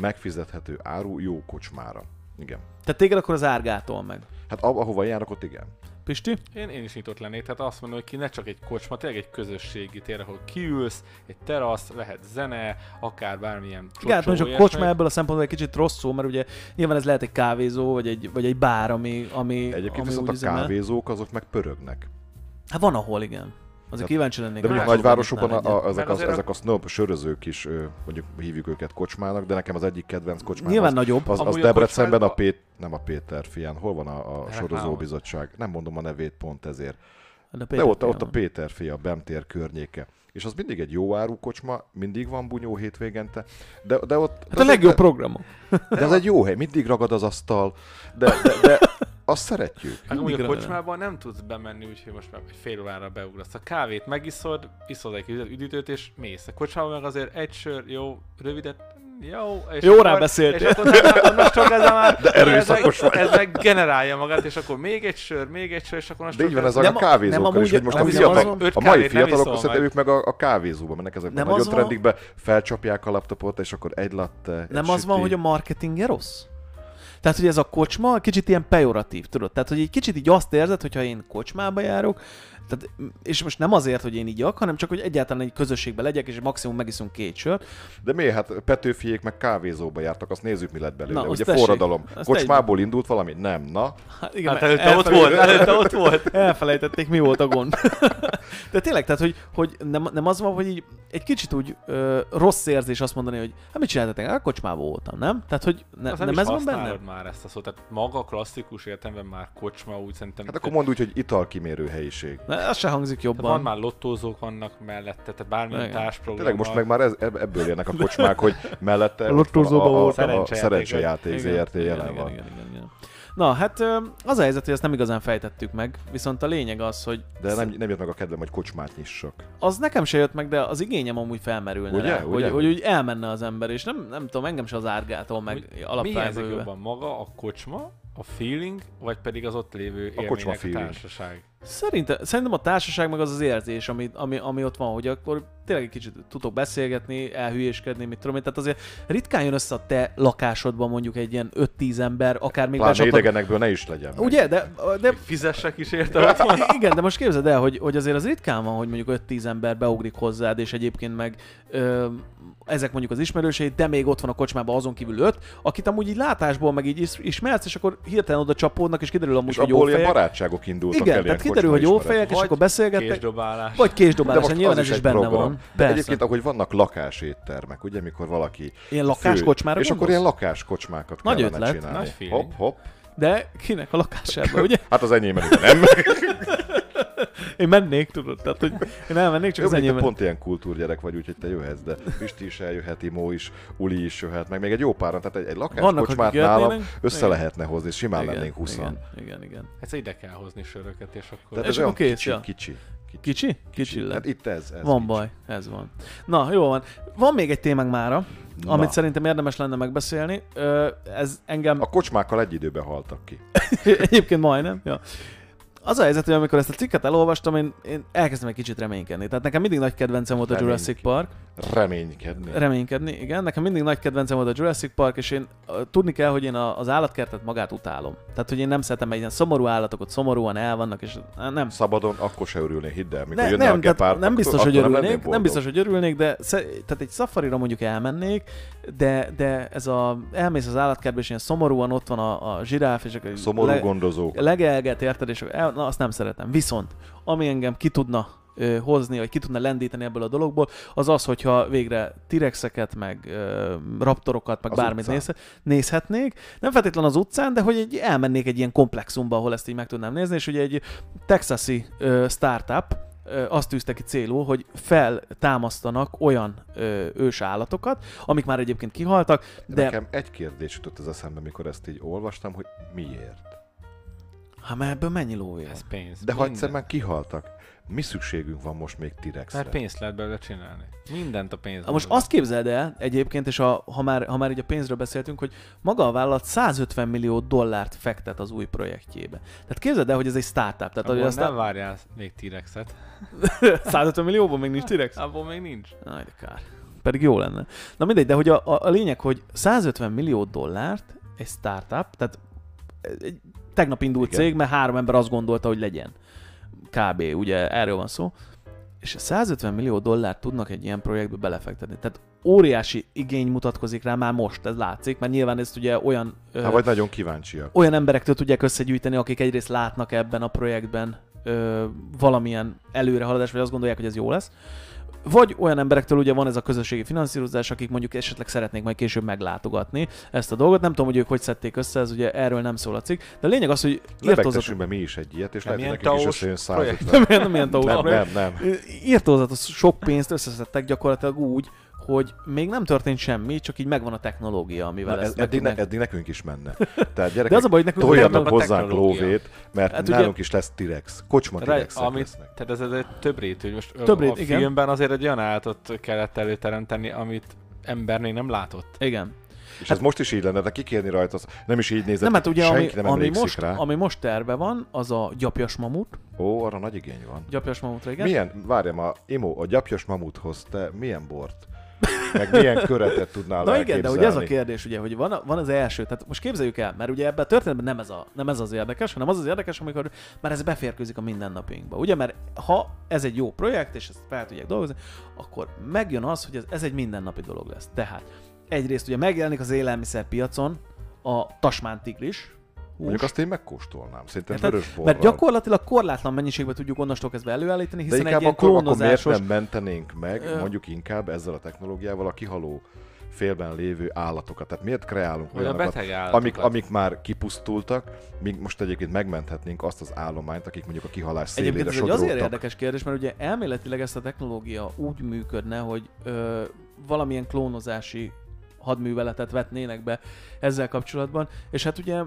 Speaker 3: megfizethető áru jó kocsmára. Igen.
Speaker 2: Tehát téged akkor az árgától meg.
Speaker 3: Hát a- ahova járok, ott igen.
Speaker 2: Pisti?
Speaker 4: Én, én is nyitott lennék, tehát azt mondom, hogy ki ne csak egy kocsma, tényleg egy közösségi tér, ahol kiülsz, egy terasz, lehet zene, akár bármilyen csocsó.
Speaker 2: Igen, hát mondjuk a
Speaker 4: ilyesmi.
Speaker 2: kocsma ebből a szempontból egy kicsit rossz szó, mert ugye nyilván ez lehet egy kávézó, vagy egy, vagy egy bár, ami, ami
Speaker 3: Egyébként
Speaker 2: ami
Speaker 3: viszont
Speaker 2: úgy
Speaker 3: a
Speaker 2: üzemel.
Speaker 3: kávézók azok meg pörögnek.
Speaker 2: Hát van ahol, igen. Azért kíváncsi lennék.
Speaker 3: De mondjuk
Speaker 2: hogy
Speaker 3: nagyvárosokban
Speaker 2: mit
Speaker 3: a,
Speaker 2: csinálnál
Speaker 3: a, ezek,
Speaker 4: Meg
Speaker 3: az,
Speaker 4: azért a-
Speaker 3: ezek a snob sörözők is, ö, mondjuk hívjuk őket kocsmának, de nekem az egyik kedvenc kocsmám
Speaker 2: Nyilván
Speaker 3: az,
Speaker 2: nagyobb.
Speaker 3: az, az
Speaker 4: Amúgy a
Speaker 3: Debrecenben a,
Speaker 4: kocsmákban-
Speaker 3: Pét, nem a Péter fián, hol van a, a
Speaker 4: Reklám.
Speaker 3: sorozóbizottság? Nem mondom a nevét pont ezért.
Speaker 2: egyet.
Speaker 3: De ott, ott a Péter fia, a Bemtér környéke. És az mindig egy jó áru kocsma, mindig van bunyó hétvégente, de, de ott...
Speaker 2: Hát a legjobb programok.
Speaker 3: De ez egy jó hely, mindig ragad az asztal, de, de, de azt szeretjük.
Speaker 4: Meg amúgy
Speaker 2: Mindig
Speaker 4: a
Speaker 2: remélem.
Speaker 4: kocsmába Hát nem tudsz bemenni, úgyhogy most már egy fél órára beugrasz. A kávét megiszod, iszod egy kis üdítőt, és mész. A kocsmába meg azért egy sör, jó, rövidet, jó, és
Speaker 2: Jó
Speaker 4: akkor-
Speaker 2: órán beszéltél.
Speaker 4: És akkor nem, most csak ez már, De
Speaker 3: erőszakos
Speaker 4: ez, meg, ez meg generálja magát, és akkor még egy sör, még egy sör, és akkor most
Speaker 3: De így van ez a
Speaker 2: Nem a- nem
Speaker 3: kávézókkal
Speaker 2: amúgy-
Speaker 3: is, hogy most a
Speaker 2: nem
Speaker 3: fiatal,
Speaker 2: azon-
Speaker 4: öt
Speaker 3: a mai
Speaker 4: kávét nem
Speaker 3: fiatalok
Speaker 4: iszol
Speaker 3: szerintem
Speaker 4: meg.
Speaker 3: ők meg a, a kávézóban mennek ezekben
Speaker 2: Nem
Speaker 3: a nagyon
Speaker 2: az van-
Speaker 3: trendikbe, felcsapják a laptopot, és akkor egy latte, egy
Speaker 2: Nem az van,
Speaker 3: süti.
Speaker 2: hogy a marketingje rossz? Tehát, hogy ez a kocsma kicsit ilyen pejoratív, tudod? Tehát, hogy egy kicsit így azt érzed, hogyha én kocsmába járok, tehát, és most nem azért, hogy én igyak, hanem csak, hogy egyáltalán egy közösségbe legyek, és maximum megiszunk két sört.
Speaker 3: De mi? Hát Petőfiék meg kávézóba jártak, azt nézzük, mi lett belőle.
Speaker 2: Na,
Speaker 3: Ugye
Speaker 2: azt tessék.
Speaker 3: forradalom.
Speaker 2: Azt
Speaker 3: Kocsmából indult valami? Nem, na.
Speaker 2: Hát igen,
Speaker 4: Hát
Speaker 2: mert
Speaker 4: előtte ott
Speaker 2: elfelejt-
Speaker 4: volt, előtte ott [LAUGHS] volt.
Speaker 2: Elfelejtették, mi volt a gond. [LAUGHS] De tényleg, tehát, hogy, hogy nem, nem az van, hogy így egy kicsit úgy ö, rossz érzés azt mondani, hogy hát mit csináltatok, a kocsmába voltam, nem? Tehát, hogy ne,
Speaker 4: Aztán
Speaker 2: nem
Speaker 4: is
Speaker 2: ez van
Speaker 4: használod
Speaker 2: benne?
Speaker 4: már ezt a szót, tehát maga a klasszikus értelemben már kocsma úgy szerintem...
Speaker 3: Hát akkor mondd úgy, hogy italkimérő helyiség.
Speaker 2: Na, az se hangzik
Speaker 4: tehát van
Speaker 2: jobban.
Speaker 4: már lottózók vannak mellette, tehát bármilyen
Speaker 2: Igen.
Speaker 4: társprogram.
Speaker 3: Tényleg most meg már ez, ebb- ebből élnek a kocsmák, hogy
Speaker 2: [LAUGHS]
Speaker 3: mellette
Speaker 2: A
Speaker 3: ott van
Speaker 2: lottózóba
Speaker 3: a, a,
Speaker 2: volt.
Speaker 3: a, a
Speaker 4: Szerencsejáték.
Speaker 3: szerencsejáték ZRT jelen
Speaker 2: igen,
Speaker 3: van.
Speaker 2: igen, igen, igen. Na, hát ö, az a helyzet, hogy ezt nem igazán fejtettük meg, viszont a lényeg az, hogy
Speaker 3: De nem, nem jött meg a kedvem, hogy kocsmát nyissak.
Speaker 2: az nekem se jött meg, de az igényem amúgy felmerülne
Speaker 3: Ugye?
Speaker 2: rá,
Speaker 3: Ugye?
Speaker 2: Hogy, hogy úgy elmenne az ember, és nem, nem tudom, engem se az árgától meg
Speaker 4: Hogy Mi hiányzik
Speaker 2: alapvetően.
Speaker 4: jobban maga, a kocsma, a feeling, vagy pedig az ott lévő élmények,
Speaker 3: kocsma
Speaker 4: a
Speaker 3: feeling.
Speaker 4: társaság?
Speaker 2: Szerintem, szerintem a társaság meg az az érzés, ami, ami, ami ott van, hogy akkor tényleg egy kicsit tudtok beszélgetni, elhülyéskedni, mit tudom én. Tehát azért ritkán jön össze a te lakásodban mondjuk egy ilyen 5-10 ember, akár még
Speaker 3: Pláne
Speaker 2: becsapad-
Speaker 3: idegenekből ne is legyen. meg.
Speaker 2: Ugye, de, de
Speaker 4: Fizessek is érte, hogy
Speaker 2: [LAUGHS] Igen, de most képzeld el, hogy, hogy azért az ritkán van, hogy mondjuk 5-10 ember beugrik hozzád, és egyébként meg ö, ezek mondjuk az ismerőseid, de még ott van a kocsmában azon kívül 5, akit amúgy így látásból meg így is- ismersz, és akkor hirtelen oda csapódnak, és kiderül amúgy,
Speaker 3: És
Speaker 2: hogy jó
Speaker 3: abból ilyen
Speaker 2: fejek.
Speaker 3: barátságok indultak el.
Speaker 2: Igen,
Speaker 3: ilyen
Speaker 2: tehát kiderül, hogy jó
Speaker 3: kocsmaismeretek.
Speaker 2: fejek, és
Speaker 4: Vagy
Speaker 2: akkor beszélgettek.
Speaker 4: késdobálás.
Speaker 2: Vagy késdobálás,
Speaker 3: az
Speaker 2: nyilván ez is
Speaker 3: egy
Speaker 2: benne
Speaker 3: program.
Speaker 2: van.
Speaker 3: De
Speaker 2: Persze.
Speaker 3: egyébként, ahogy vannak lakáséttermek, ugye, mikor valaki
Speaker 2: Ilyen lakáskocsmára
Speaker 3: És akkor
Speaker 2: gondolsz?
Speaker 3: ilyen lakáskocsmákat
Speaker 2: Nagy
Speaker 3: kellene
Speaker 2: ötlet.
Speaker 3: csinálni.
Speaker 4: Nagy feeling.
Speaker 3: hopp, hopp.
Speaker 2: De kinek a lakásában, [LAUGHS]
Speaker 3: [LAUGHS]
Speaker 2: ugye?
Speaker 3: Hát az enyémben ugye nem.
Speaker 2: Én mennék, tudod, tehát hogy én elmennék, csak
Speaker 3: Jó,
Speaker 2: [LAUGHS] az
Speaker 3: mondjuk te
Speaker 2: enyémben.
Speaker 3: pont ilyen kultúrgyerek vagy, úgyhogy te jöhetsz, de Pisti is eljöhet, Imó is, Uli is jöhet, meg még egy jó páran, tehát egy, egy
Speaker 2: Vannak,
Speaker 3: lakáskocsmát
Speaker 2: akik
Speaker 3: nálam
Speaker 2: jöhetnének.
Speaker 3: össze
Speaker 2: Igen.
Speaker 3: lehetne hozni, és simán lennénk 20
Speaker 2: igen, igen, igen.
Speaker 4: Hát ide kell hozni söröket, és akkor...
Speaker 3: Tehát
Speaker 2: És
Speaker 3: ez
Speaker 2: akkor
Speaker 3: olyan
Speaker 2: kész,
Speaker 3: kicsi,
Speaker 2: ja.
Speaker 3: kicsi, kicsi.
Speaker 2: Kicsi? Kicsi lett.
Speaker 3: Hát itt ez, ez
Speaker 2: van
Speaker 3: kicsi.
Speaker 2: baj, ez van. Na, jó van. Van még egy témánk mára,
Speaker 3: Na.
Speaker 2: amit szerintem érdemes lenne megbeszélni. Ö, ez engem
Speaker 3: A kocsmákkal egy időben haltak ki.
Speaker 2: [LAUGHS] egyébként majdnem. Ja. Az a helyzet, hogy amikor ezt a cikket elolvastam, én, én elkezdtem egy kicsit reménykedni. Tehát nekem mindig nagy kedvencem volt a Jurassic Park.
Speaker 3: Reménykedni.
Speaker 2: Reménykedni, igen. Nekem mindig nagy kedvencem volt a Jurassic Park, és én ö, tudni kell, hogy én a, az állatkertet magát utálom. Tehát, hogy én nem szeretem, egy ilyen szomorú állatokat szomorúan el vannak, és á, nem.
Speaker 3: Szabadon akkor se örülnél, hidd el, mikor
Speaker 2: Ne,
Speaker 3: jönne
Speaker 2: nem,
Speaker 3: a
Speaker 2: tehát
Speaker 3: gepárd,
Speaker 2: nem biztos,
Speaker 3: akkor,
Speaker 2: hogy
Speaker 3: akkor
Speaker 2: örülnék,
Speaker 3: lennél
Speaker 2: nem,
Speaker 3: boldog.
Speaker 2: biztos, hogy örülnék, de sze, tehát egy szafarira mondjuk elmennék, de, de ez a, elmész az állatkertbe, és ilyen szomorúan ott van a, a zsiráf, és akkor
Speaker 3: Szomorú gondozók.
Speaker 2: legelget, érted, és el, na, azt nem szeretem. Viszont, ami engem ki tudna ö, hozni, vagy ki tudna lendíteni ebből a dologból, az az, hogyha végre tirexeket, meg ö, raptorokat, meg
Speaker 3: Az
Speaker 2: bármit
Speaker 3: utcán.
Speaker 2: néz, nézhetnék. Nem feltétlenül az utcán, de hogy egy, elmennék egy ilyen komplexumba, ahol ezt így meg tudnám nézni, és ugye egy texasi ö, startup ö, azt tűzte ki célul, hogy feltámasztanak olyan ö, ős állatokat, amik már egyébként kihaltak,
Speaker 3: De...
Speaker 2: de...
Speaker 3: Nekem egy kérdés jutott az eszembe, mikor ezt így olvastam, hogy miért?
Speaker 2: Hát mert ebből mennyi lóvé van?
Speaker 4: Ez pénz.
Speaker 3: De ha egyszer
Speaker 4: Minden.
Speaker 3: már kihaltak, mi szükségünk van most még T-rexre?
Speaker 4: Mert pénzt lehet belőle csinálni. Mindent a pénzből.
Speaker 2: Na most azt képzeld el egyébként, és a, ha, már, ha már így a pénzről beszéltünk, hogy maga a vállalat 150 millió dollárt fektet az új projektjébe. Tehát képzeld el, hogy ez egy startup. Tehát hogy
Speaker 4: Abból
Speaker 2: aztán
Speaker 4: nem várjál még T-rexet.
Speaker 2: [LAUGHS] 150 millióban még nincs T-rex.
Speaker 4: Abból még nincs.
Speaker 2: Aj, de kár. Pedig jó lenne. Na mindegy, de hogy a, a, a lényeg, hogy 150 millió dollárt egy startup, tehát egy tegnap indult
Speaker 3: Igen.
Speaker 2: Igen. cég, mert három ember azt gondolta, hogy legyen. Kb. ugye erről van szó. És 150 millió dollárt tudnak egy ilyen projektbe belefektetni. Tehát óriási igény mutatkozik rá már most, ez látszik, mert nyilván ezt ugye olyan... ö,
Speaker 3: Hát vagy nagyon kíváncsiak.
Speaker 2: olyan emberektől tudják összegyűjteni, akik egyrészt látnak ebben a projektben ö, valamilyen előrehaladás, vagy azt gondolják, hogy ez jó lesz. Vagy olyan emberektől ugye van ez a közösségi finanszírozás, akik mondjuk esetleg szeretnék majd később meglátogatni ezt a dolgot. Nem tudom, hogy ők hogy szedték össze, ez ugye erről nem szól a cikk. De a lényeg az, hogy írtózatos,
Speaker 3: Lebegtessünk be mi is egy ilyet, és
Speaker 4: Nem
Speaker 3: lehet, hogy
Speaker 4: ilyen
Speaker 3: nekünk is
Speaker 4: taós
Speaker 3: összejön
Speaker 4: projekt.
Speaker 2: [LAUGHS]
Speaker 3: 150.
Speaker 2: nem, nem ilyen taós
Speaker 3: Nem,
Speaker 2: projekt.
Speaker 3: nem, nem.
Speaker 2: Ö, Írtózatos sok pénzt összeszedtek gyakorlatilag úgy, hogy még nem történt semmi, csak így megvan a technológia, amivel
Speaker 3: Na,
Speaker 2: ezt
Speaker 3: ez, eddig,
Speaker 2: meg
Speaker 3: ne,
Speaker 2: tudják-
Speaker 3: eddig nekünk is
Speaker 2: [LAUGHS]
Speaker 3: menne. Tehát gyerekek,
Speaker 2: De az a baj, hogy nekünk
Speaker 3: toljatok
Speaker 4: megvan a
Speaker 3: hozzánk
Speaker 4: technológia.
Speaker 3: lóvét, mert
Speaker 2: Hát
Speaker 3: hát
Speaker 2: ugye-
Speaker 3: nálunk is lesz T-rex. Kocsma
Speaker 4: Re,
Speaker 3: T-rexek
Speaker 4: ami,
Speaker 3: lesznek.
Speaker 4: tehát ez, ez egy több rétű. Most
Speaker 2: Több
Speaker 4: több
Speaker 2: rét,
Speaker 4: a
Speaker 2: igen.
Speaker 4: filmben azért egy olyan állatot kellett előteremteni, amit ember még nem látott.
Speaker 2: Igen.
Speaker 3: És ez most is így lenne, de kikérni rajta, az- nem is így nézett,
Speaker 2: Hát- Nem, hát ugye, ami,
Speaker 3: senki nem
Speaker 2: ami,
Speaker 3: emlékszik
Speaker 2: most,
Speaker 3: rá.
Speaker 2: ami most terve van, az a gyapjas mamut.
Speaker 3: Ó, arra nagy igény van.
Speaker 2: Gyapjas mamutra, igen.
Speaker 3: Milyen, várjam, a Imo, a gyapjas mamuthoz, te milyen bort, meg milyen köretet
Speaker 2: [LAUGHS]
Speaker 3: tudnál
Speaker 2: Na igen, de ugye ez a
Speaker 3: elképzelni?
Speaker 2: kérdés, ugye, hogy van, van az első, tehát most képzeljük el, mert ugye ebben a történetben nem ez, a, nem ez az érdekes, hanem az az érdekes, amikor már ez beférkőzik a mindennapjainkba. Ugye, mert ha ez egy jó projekt, és ezt fel tudják dolgozni, akkor megjön az, hogy ez, ez egy mindennapi dolog lesz. Tehát egyrészt ugye megjelenik az élelmiszerpiacon a tasmán tigris, hús,
Speaker 3: Mondjuk azt én megkóstolnám, szerintem
Speaker 2: Érted?
Speaker 3: vörös borral.
Speaker 2: Mert gyakorlatilag korlátlan mennyiségben tudjuk onnastól kezdve előállítani,
Speaker 3: de
Speaker 2: hiszen egy
Speaker 3: inkább
Speaker 2: ilyen
Speaker 3: akkor, akkor miért
Speaker 2: klónozásos...
Speaker 3: nem mentenénk meg,
Speaker 2: Ö.
Speaker 3: mondjuk inkább ezzel a technológiával a kihaló félben lévő állatokat. Tehát miért kreálunk
Speaker 4: Vagy a
Speaker 3: olyanokat,
Speaker 4: beteg állatokat.
Speaker 3: amik, amik már kipusztultak, míg most egyébként megmenthetnénk azt az állományt, akik mondjuk a kihalás
Speaker 2: Egyébként
Speaker 3: szélére
Speaker 2: ez egy azért
Speaker 3: sodródtak.
Speaker 2: érdekes kérdés, mert ugye elméletileg ezt a technológia úgy működne, hogy ö, valamilyen klónozási hadműveletet vetnének be ezzel kapcsolatban, és hát ugye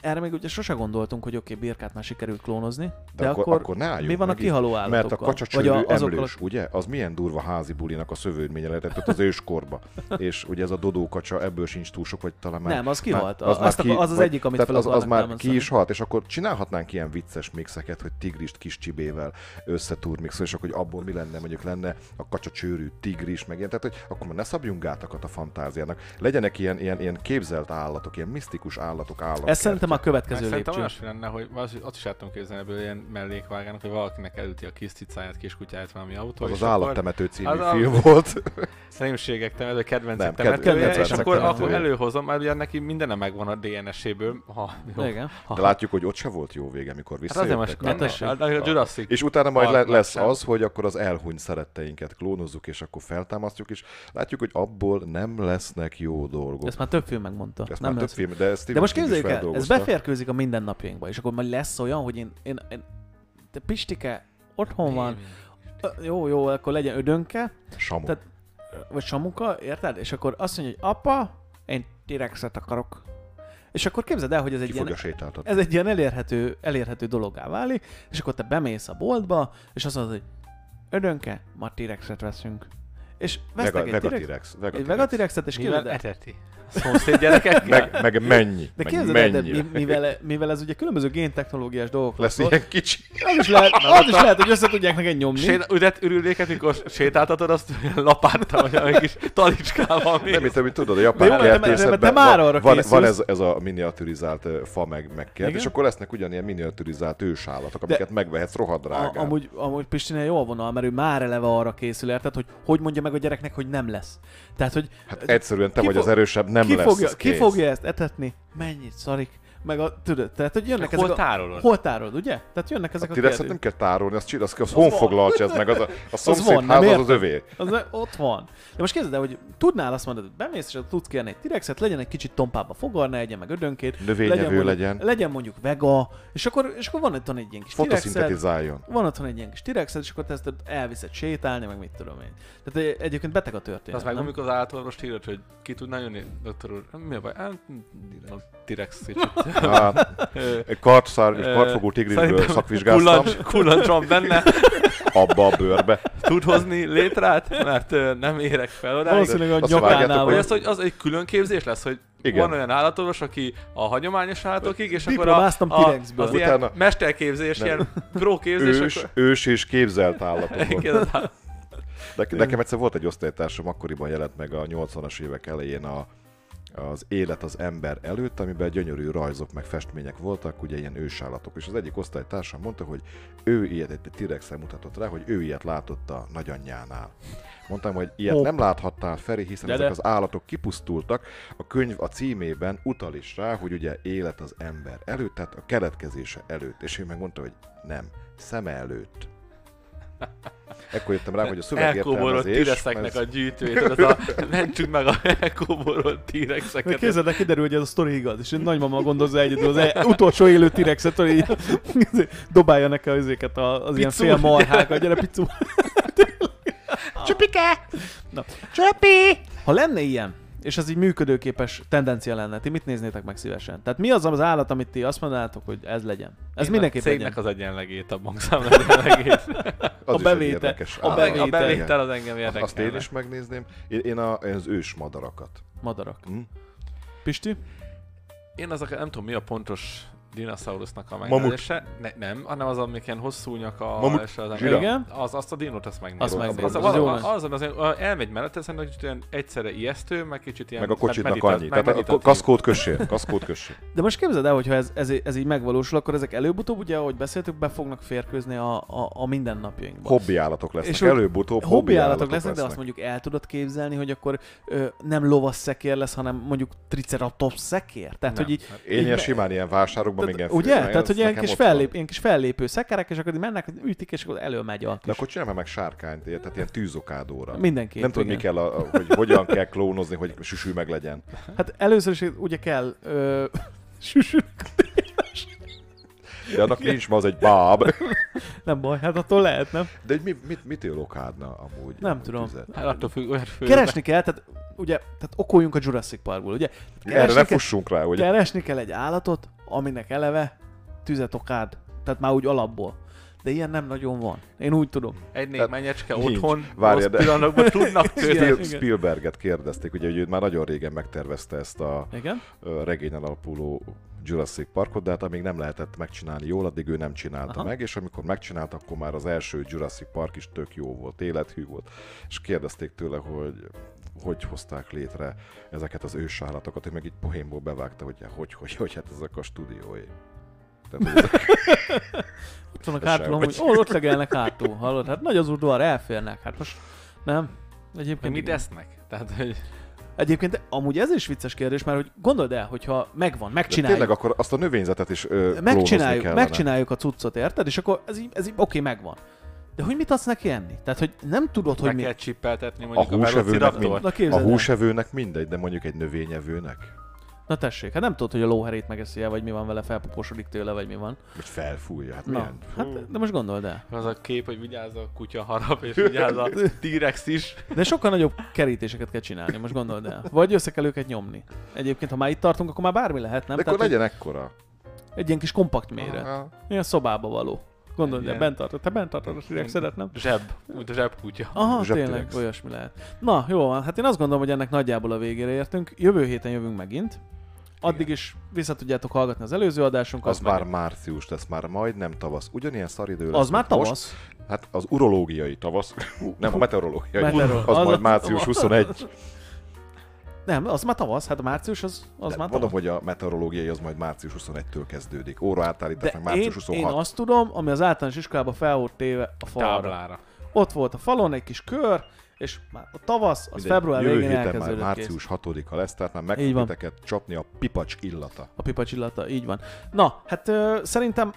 Speaker 2: erre még ugye sose gondoltunk, hogy oké, okay, birkát már sikerült klónozni, de,
Speaker 3: De akkor, akkor ne álljunk
Speaker 2: mi van a
Speaker 3: meg itt.
Speaker 2: kihaló
Speaker 3: Mert a
Speaker 2: állatokkal?
Speaker 3: kacsacsőrű
Speaker 2: Vagy a- azokkal
Speaker 3: emlős, ugye? Az milyen durva házi bulinak a szövődménye lehetett ott az
Speaker 2: [LAUGHS]
Speaker 3: őskorba. És ugye ez a dodókacsa, ebből sincs túl sok, vagy talán már...
Speaker 2: Nem, az kihalt.
Speaker 3: már-
Speaker 2: Azt
Speaker 3: már
Speaker 2: akar- az az
Speaker 3: vagy-
Speaker 2: egyik, amit
Speaker 3: tehát
Speaker 2: fel
Speaker 3: az, az
Speaker 2: akarnak
Speaker 3: már
Speaker 2: támasztani.
Speaker 3: ki is halt, és akkor csinálhatnánk ilyen vicces mixeket, hogy tigrist kis csibével összeturmixol, és akkor hogy abból mi lenne, mondjuk lenne a kacsacsőrű tigris, meg ilyen. Tehát, hogy akkor már ne szabjunk gátakat a fantáziának. Legyenek ilyen, ilyen, ilyen képzelt állatok, ilyen misztikus állatok, állatok.
Speaker 2: Ez szerintem a
Speaker 4: Meg
Speaker 2: következő
Speaker 4: Szerintem
Speaker 2: lépcső.
Speaker 4: olyasmi lenne, hogy az, azt is láttam képzelni ebből ilyen mellékvágának, hogy valakinek elüti a kis cicáját, kis kutyáját valami autó.
Speaker 3: az
Speaker 4: és
Speaker 3: az
Speaker 4: akkor
Speaker 3: állattemető című
Speaker 4: az a-
Speaker 3: film volt.
Speaker 4: Szerénységek temető, kedvencek
Speaker 3: Nem, ked-
Speaker 4: temetője, és
Speaker 3: kedvencek
Speaker 4: akkor,
Speaker 3: temetője.
Speaker 4: akkor előhozom, mert ugye neki minden megvan a DNS-éből. Ha, jó.
Speaker 2: Igen.
Speaker 3: De látjuk, hogy ott se volt jó vége, amikor
Speaker 4: Hát azért
Speaker 3: visszajöttek.
Speaker 4: most
Speaker 2: Ne tessék.
Speaker 4: a, a Jurassic
Speaker 3: És utána majd le-
Speaker 4: Parknak
Speaker 3: lesz
Speaker 4: sem.
Speaker 3: az, hogy akkor az elhuny szeretteinket klónozzuk, és akkor feltámasztjuk, és látjuk, hogy abból nem lesznek jó dolgok.
Speaker 2: Ezt már több film megmondta.
Speaker 3: Ezt
Speaker 2: nem
Speaker 3: már több
Speaker 2: lesz.
Speaker 3: film, de ezt
Speaker 2: De
Speaker 3: Steven
Speaker 2: most
Speaker 3: King is
Speaker 2: képzeljük el, ez
Speaker 3: feldolgozta.
Speaker 2: beférkőzik a mindennapjainkba, és akkor majd lesz olyan, hogy én, én, én te Pistike, otthon van, ö, jó, jó, akkor legyen ödönke,
Speaker 3: Samu.
Speaker 2: Tehát- vagy Samuka, érted? És akkor azt mondja, hogy apa, én T-rexet akarok. És akkor képzeld el, hogy ez egy
Speaker 3: Ki
Speaker 2: ilyen
Speaker 3: fogja sétáltatni?
Speaker 2: ez egy ilyen elérhető, elérhető dologá válik, és akkor te bemész a boltba, és azt mondod, hogy ödönke, ma T-rexet veszünk. És
Speaker 3: Vega,
Speaker 2: vesztek
Speaker 3: Vega
Speaker 2: egy T-rex-
Speaker 3: T-rex. Vega
Speaker 2: egy
Speaker 3: T-rex.
Speaker 2: Vega T-rexet, és
Speaker 4: Mivel
Speaker 2: képzeld el,
Speaker 4: eteti. A szomszéd gyerekekkel.
Speaker 3: Meg, meg mennyi?
Speaker 2: de
Speaker 3: meg
Speaker 2: képzeld el, de
Speaker 3: mennyire?
Speaker 2: mi- mivel, mivel ez ugye különböző géntechnológiás dolgok
Speaker 3: Lesz
Speaker 2: vannak,
Speaker 3: ilyen kicsi.
Speaker 2: Az is lehet, az is lehet hogy össze tudják neked nyomni.
Speaker 4: Séta, üdet ürüléket, mikor sétáltatod, azt lapáttal, vagy egy kis talicskával még.
Speaker 3: Nem, mint amit tudod, a
Speaker 2: De jó,
Speaker 3: japán
Speaker 2: de- de- de- de- de-
Speaker 3: kertészetben
Speaker 2: te már
Speaker 3: van-
Speaker 2: arra
Speaker 3: van, van
Speaker 2: készülsz.
Speaker 3: ez, ez a miniaturizált ö, fa meg, meg kert,
Speaker 2: Igen?
Speaker 3: és akkor lesznek ugyanilyen miniaturizált ősállatok, amiket megvehetsz
Speaker 2: A,
Speaker 3: rohadrágán.
Speaker 2: amúgy, amúgy Pistinél jó a vonal, mert ő már eleve arra készül, érted, hogy hogy mondja meg a gyereknek, hogy nem lesz. Tehát, hogy
Speaker 3: Hát egyszerűen te
Speaker 2: Ki
Speaker 3: vagy
Speaker 2: fog-
Speaker 3: az erősebb, nem
Speaker 2: ki,
Speaker 3: lesz
Speaker 2: fogja,
Speaker 3: ez
Speaker 2: ki
Speaker 3: kész.
Speaker 2: fogja ezt etetni, mennyit szarik, meg a, tudod, tehát, hogy jönnek
Speaker 4: Hol
Speaker 2: ezek a...
Speaker 4: tárolod?
Speaker 2: Hol tárolod, ugye? Tehát jönnek ezek
Speaker 3: A
Speaker 2: a,
Speaker 3: T-rexet nem
Speaker 2: kérdők.
Speaker 3: kell tárolni, azt csinál, az, az
Speaker 2: van.
Speaker 3: honfoglalcs ez meg, az a, a szomszéd
Speaker 2: van, nem
Speaker 3: ház az, az
Speaker 2: érted?
Speaker 3: övé.
Speaker 2: Az ne- ott van. De most képzeld el, hogy tudnál azt mondani, hogy bemész, és akkor tudsz kérni egy T-rexet, legyen egy kicsit tompába fogar, ne egyen meg ödönkét.
Speaker 3: Növényevő
Speaker 2: mondjuk,
Speaker 3: legyen.
Speaker 2: Legyen mondjuk vega, és akkor, és akkor van itt egy ilyen kis T-rexed,
Speaker 3: Fotoszintetizáljon.
Speaker 2: van otthon egy ilyen kis tirexed, és akkor te ezt elviszed sétálni, meg mit tudom én. Tehát egy- egyébként beteg a történet,
Speaker 4: Az meg,
Speaker 2: nem?
Speaker 4: amikor az állatorvos írott, hogy ki tudná jönni, doktor úr, mi a baj? Hát, a T-rex
Speaker 2: [LAUGHS]
Speaker 4: kicsit.
Speaker 3: Hát,
Speaker 4: Ö,
Speaker 3: egy kartszár, és
Speaker 4: ö,
Speaker 3: kartfogó tigrisből
Speaker 4: szerintem
Speaker 3: szakvizsgáztam
Speaker 4: kullancs- Kullancs van benne,
Speaker 3: abba a bőrbe.
Speaker 4: tud hozni létrát, mert ö, nem érek fel odáig.
Speaker 2: Valószínűleg a
Speaker 3: Azt vágjátok,
Speaker 2: nyakánál
Speaker 4: Vagy
Speaker 2: vagy.
Speaker 4: az, hogy az egy külön képzés lesz, hogy
Speaker 3: Igen.
Speaker 4: Igen. van olyan állatorvos, aki a hagyományos állatokig, és akkor a,
Speaker 2: Diplomáztam
Speaker 4: a,
Speaker 2: T-rexből.
Speaker 4: az ilyen
Speaker 3: Utána-
Speaker 4: mesterképzés,
Speaker 3: Nem.
Speaker 4: ilyen pro képzés,
Speaker 3: Ős,
Speaker 4: akkor...
Speaker 3: ős és képzelt állapotban.
Speaker 4: Igen, az állat-
Speaker 3: De nekem egyszer volt egy osztálytársam, akkoriban jelent meg a 80-as évek elején a, az élet az ember előtt, amiben gyönyörű rajzok meg festmények voltak, ugye ilyen ősállatok. És az egyik osztálytársam mondta, hogy ő ilyet, egy t mutatott rá, hogy ő ilyet látott a nagyanyjánál. Mondtam, hogy ilyet
Speaker 2: Hopp.
Speaker 3: nem láthattál, Feri, hiszen
Speaker 2: De
Speaker 3: ezek
Speaker 2: de.
Speaker 3: az állatok kipusztultak. A könyv a címében utal is rá, hogy ugye élet az ember előtt, tehát a keletkezése előtt. És ő megmondta, hogy nem, szeme előtt. Ekkor jöttem rá, hogy a
Speaker 4: Elkóborolt
Speaker 3: szövegértelmezés...
Speaker 4: tirexeknek a gyűjtőjét, az a mentsük meg a elkóborolt
Speaker 2: Meg
Speaker 4: tirexeket.
Speaker 2: képzeld, de kiderül, hogy ez a sztori igaz, és egy nagymama gondozza egyedül az e- utolsó élő t hogy így [LAUGHS] dobálja neki az őket az ilyen
Speaker 4: Picul.
Speaker 2: fél marhákat, gyere picu.
Speaker 4: [LAUGHS]
Speaker 5: Csupike!
Speaker 2: Na.
Speaker 5: Csupi!
Speaker 2: Ha lenne ilyen, és ez így működőképes tendencia lenne, ti mit néznétek meg szívesen? Tehát mi az az állat, amit ti azt mondanátok, hogy ez legyen? Ez
Speaker 4: Én
Speaker 2: mindenképp
Speaker 4: A
Speaker 2: legyen.
Speaker 4: cégnek az egyenlegét, a bankszámla egyenlegét.
Speaker 3: Az
Speaker 2: a
Speaker 3: is egy
Speaker 2: bevétel-
Speaker 3: érdekes
Speaker 2: a
Speaker 3: állam.
Speaker 2: bevétel-
Speaker 4: A bevétel az engem érdekel.
Speaker 3: Azt én is megnézném. Én, én a, az ős madarakat.
Speaker 2: Madarak.
Speaker 3: Hm?
Speaker 2: Pisti?
Speaker 4: Én azok, nem tudom mi a pontos dinoszaurusznak a
Speaker 3: Mamut.
Speaker 4: megnézése. Ne, nem, hanem az, amik ilyen hosszú nyaka.
Speaker 3: Mamut.
Speaker 4: És az,
Speaker 3: Zsira.
Speaker 2: Igen?
Speaker 4: az, azt a dinót, azt megnézem.
Speaker 2: Azt megnézem,
Speaker 4: Az, az,
Speaker 2: az jó
Speaker 4: az,
Speaker 2: nagy.
Speaker 4: az, az, az, elmegy mellette, szerintem kicsit olyan egyszerre ijesztő, meg kicsit ilyen hát
Speaker 3: Meg a kocsinak
Speaker 4: medita-
Speaker 3: annyi.
Speaker 4: meg
Speaker 3: Tehát a
Speaker 4: meditatív.
Speaker 3: ko- kaszkót kössél. Kaszkót kössél.
Speaker 2: De most képzeld el, hogyha ez, ez, ez így megvalósul, akkor ezek előbb-utóbb, ugye, ahogy beszéltük, be fognak férkőzni a, a, a mindennapjainkba.
Speaker 3: Hobbi állatok lesznek.
Speaker 2: És
Speaker 3: És
Speaker 2: úgy-
Speaker 3: Előbb-utóbb
Speaker 2: hobbi állatok lesznek, de azt mondjuk el tudod képzelni, hogy akkor ö, nem lovas szekér lesz, hanem mondjuk triceratops szekér. Tehát,
Speaker 4: Nem.
Speaker 2: Hát,
Speaker 4: hát-
Speaker 2: hogy így,
Speaker 3: Én ilyen
Speaker 2: így-
Speaker 3: simán ilyen vásárokban még ilyen
Speaker 2: tehát, ugye?
Speaker 3: fő-
Speaker 2: Tehát,
Speaker 3: ez
Speaker 2: hogy ilyen
Speaker 3: nekem
Speaker 2: kis,
Speaker 3: ott van.
Speaker 2: fellép, ilyen kis fellépő szekerek, és akkor így mennek, ütik, és akkor elő megy a
Speaker 3: De
Speaker 2: kis.
Speaker 3: akkor csinálj már meg sárkányt, ilyen- tehát ilyen tűzokádóra.
Speaker 2: Mindenképp,
Speaker 3: Nem tudom, mi
Speaker 2: igen.
Speaker 3: kell, a, a- hogy hogyan kell klónozni, hogy süsű meg legyen.
Speaker 2: Hát először is ugye kell ö, [LAUGHS] süsű.
Speaker 3: De annak nincs ma, az egy báb.
Speaker 2: Nem baj, hát attól lehet, nem?
Speaker 3: De hogy mi, mit, mit él okádna amúgy?
Speaker 2: Nem
Speaker 3: amúgy
Speaker 2: tudom.
Speaker 3: tüzet?
Speaker 4: Hát attól függ, olyan fő.
Speaker 2: Keresni kell, tehát ugye, tehát okoljunk a Jurassic Parkból, ugye? Tehát
Speaker 3: Erre ne
Speaker 2: kell,
Speaker 3: fussunk rá, hogy
Speaker 2: keresni kell egy állatot, aminek eleve tüzet okád. Tehát már úgy alapból. De ilyen nem nagyon van. Én úgy tudom.
Speaker 4: Egy négy
Speaker 3: Tehát
Speaker 4: menyecske
Speaker 3: nincs.
Speaker 4: otthon,
Speaker 3: Hát, Várja,
Speaker 4: rossz
Speaker 3: de-
Speaker 4: pillanatokban
Speaker 3: [LAUGHS]
Speaker 4: tudnak közni.
Speaker 3: Spiel-
Speaker 2: igen.
Speaker 3: Spielberget kérdezték, ugye, hogy ő már nagyon régen megtervezte ezt a
Speaker 2: Igen?
Speaker 3: ö, regényen alapuló Jurassic Parkot, de hát amíg nem lehetett megcsinálni jól, addig ő nem csinálta
Speaker 2: Aha.
Speaker 3: meg, és amikor megcsinálta, akkor már az első Jurassic Park is tök jó volt, élethű volt, és kérdezték tőle, hogy hogy hozták létre ezeket az ősállatokat, ő meg így pohénból bevágta, hogy hogy, hogy, hogy hát ezek a stúdiói. Tehát, hogy ezek,
Speaker 2: Ott vannak
Speaker 3: Ez
Speaker 2: hátul,
Speaker 3: sem
Speaker 2: amúgy, ó, ott legelnek hátul, hallod? Hát nagy az udvar, elférnek. Hát most nem. Egyébként,
Speaker 4: Mit
Speaker 2: igen.
Speaker 4: esznek? Tehát, hogy
Speaker 2: Egyébként amúgy ez is vicces kérdés, mert hogy gondold el, hogyha megvan,
Speaker 3: de
Speaker 2: megcsináljuk.
Speaker 3: tényleg akkor azt a növényzetet is ö, klónozni
Speaker 2: megcsináljuk,
Speaker 3: kellene.
Speaker 2: megcsináljuk a cuccot, érted? És akkor ez így, ez így oké, megvan. De hogy mit adsz neki enni? Tehát, hogy nem tudod,
Speaker 4: meg
Speaker 2: hogy mi...
Speaker 4: kell csippeltetni
Speaker 3: A
Speaker 4: mondjuk a,
Speaker 3: húsevőnek,
Speaker 4: velociraptort.
Speaker 3: mind,
Speaker 2: Na,
Speaker 3: a
Speaker 2: képzeld el.
Speaker 3: húsevőnek mindegy, de mondjuk egy növényevőnek?
Speaker 2: Na tessék, hát nem tudod, hogy a lóherét megeszi el, vagy mi van vele, felpuposodik tőle, vagy mi van.
Speaker 3: Hogy felfújja, hát
Speaker 2: Na,
Speaker 3: milyen?
Speaker 2: hát, de most gondold el.
Speaker 4: Az a kép, hogy vigyázz a kutya harap,
Speaker 3: [LAUGHS]
Speaker 4: és vigyázz a T-rex is.
Speaker 2: De sokkal nagyobb kerítéseket kell csinálni, most gondold el. Vagy össze kell őket nyomni. Egyébként, ha már itt tartunk, akkor már bármi lehet, nem?
Speaker 3: de akkor
Speaker 2: hogy
Speaker 3: legyen ekkora.
Speaker 2: Egy ilyen kis kompakt méret.
Speaker 3: Aha.
Speaker 2: Ilyen szobába való. Gondold el,
Speaker 4: Ilyen-
Speaker 2: bent tartod. Te bent tartod a sírek nem?
Speaker 4: Zseb, mint a zsebkutya.
Speaker 2: Aha,
Speaker 3: Zsebtürex.
Speaker 2: tényleg, olyasmi lehet. Na, jó van, hát én azt gondolom, hogy ennek nagyjából a végére értünk. Jövő héten jövünk megint. Addig
Speaker 3: Igen.
Speaker 2: is vissza tudjátok hallgatni az előző adásunkat.
Speaker 3: Az
Speaker 2: meg-
Speaker 3: már március lesz, már majdnem tavasz. Ugyanilyen szaridő lesz.
Speaker 2: Az már
Speaker 3: mint most.
Speaker 2: tavasz.
Speaker 3: Hát az urológiai tavasz, [LAUGHS] nem a meteorológiai.
Speaker 2: Meteoro-
Speaker 3: Az,
Speaker 2: [LAUGHS] az
Speaker 3: majd
Speaker 2: a-
Speaker 3: március 21.
Speaker 2: Nem, az már tavasz. Hát a március az, az
Speaker 3: De
Speaker 2: már
Speaker 3: Mondom,
Speaker 2: tavasz.
Speaker 3: hogy a meteorológiai az majd március 21-től kezdődik. Óra átállítás meg
Speaker 2: De
Speaker 3: március
Speaker 2: én, én
Speaker 3: 26.
Speaker 2: azt tudom, ami az általános iskolában fel volt téve a falra.
Speaker 4: Táblára.
Speaker 2: Ott volt a falon egy kis kör, és már a tavasz, az
Speaker 3: Mindegy,
Speaker 2: február
Speaker 3: Jövő
Speaker 2: végén
Speaker 3: héten már
Speaker 2: elkezdődött kész.
Speaker 3: március 6-a lesz, tehát már meg
Speaker 2: Így
Speaker 3: fog
Speaker 2: van.
Speaker 3: titeket csapni a pipacs illata.
Speaker 2: A pipacsillata, így van. Na, hát ö, szerintem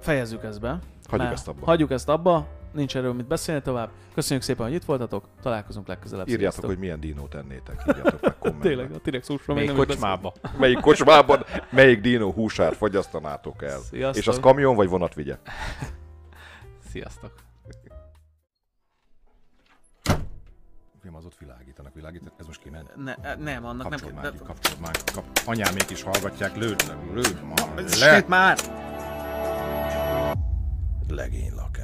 Speaker 2: fejezzük ezt be.
Speaker 3: Hagyjuk
Speaker 2: Már
Speaker 3: ezt abba.
Speaker 2: Hagyjuk ezt abba, nincs erről mit beszélni tovább. Köszönjük szépen, hogy itt voltatok, találkozunk legközelebb.
Speaker 3: Írjátok,
Speaker 2: Hát Sziasztok.
Speaker 3: hogy milyen dinót ennétek, írjátok
Speaker 2: [LAUGHS]
Speaker 3: meg kommentben.
Speaker 2: Tényleg, a T-rex húsról még
Speaker 4: Még
Speaker 2: nem is beszéltünk.
Speaker 4: kocsmába.
Speaker 3: Melyik kocsmában, melyik dinó húsát fogyasztanátok el.
Speaker 2: Sziasztok.
Speaker 3: És az kamion vagy vonat vigye?
Speaker 4: Sziasztok.
Speaker 1: Mi az ott világítanak, világítanak, ez most kiment.
Speaker 2: Ne, Hát nem, annak
Speaker 1: Kapcsolj már
Speaker 2: nem
Speaker 1: ki, kapcsolj már ki, kap... Anyámék is hallgatják, lőd le, lőd már
Speaker 2: kell.
Speaker 1: le.
Speaker 2: már!
Speaker 1: Legénylakás.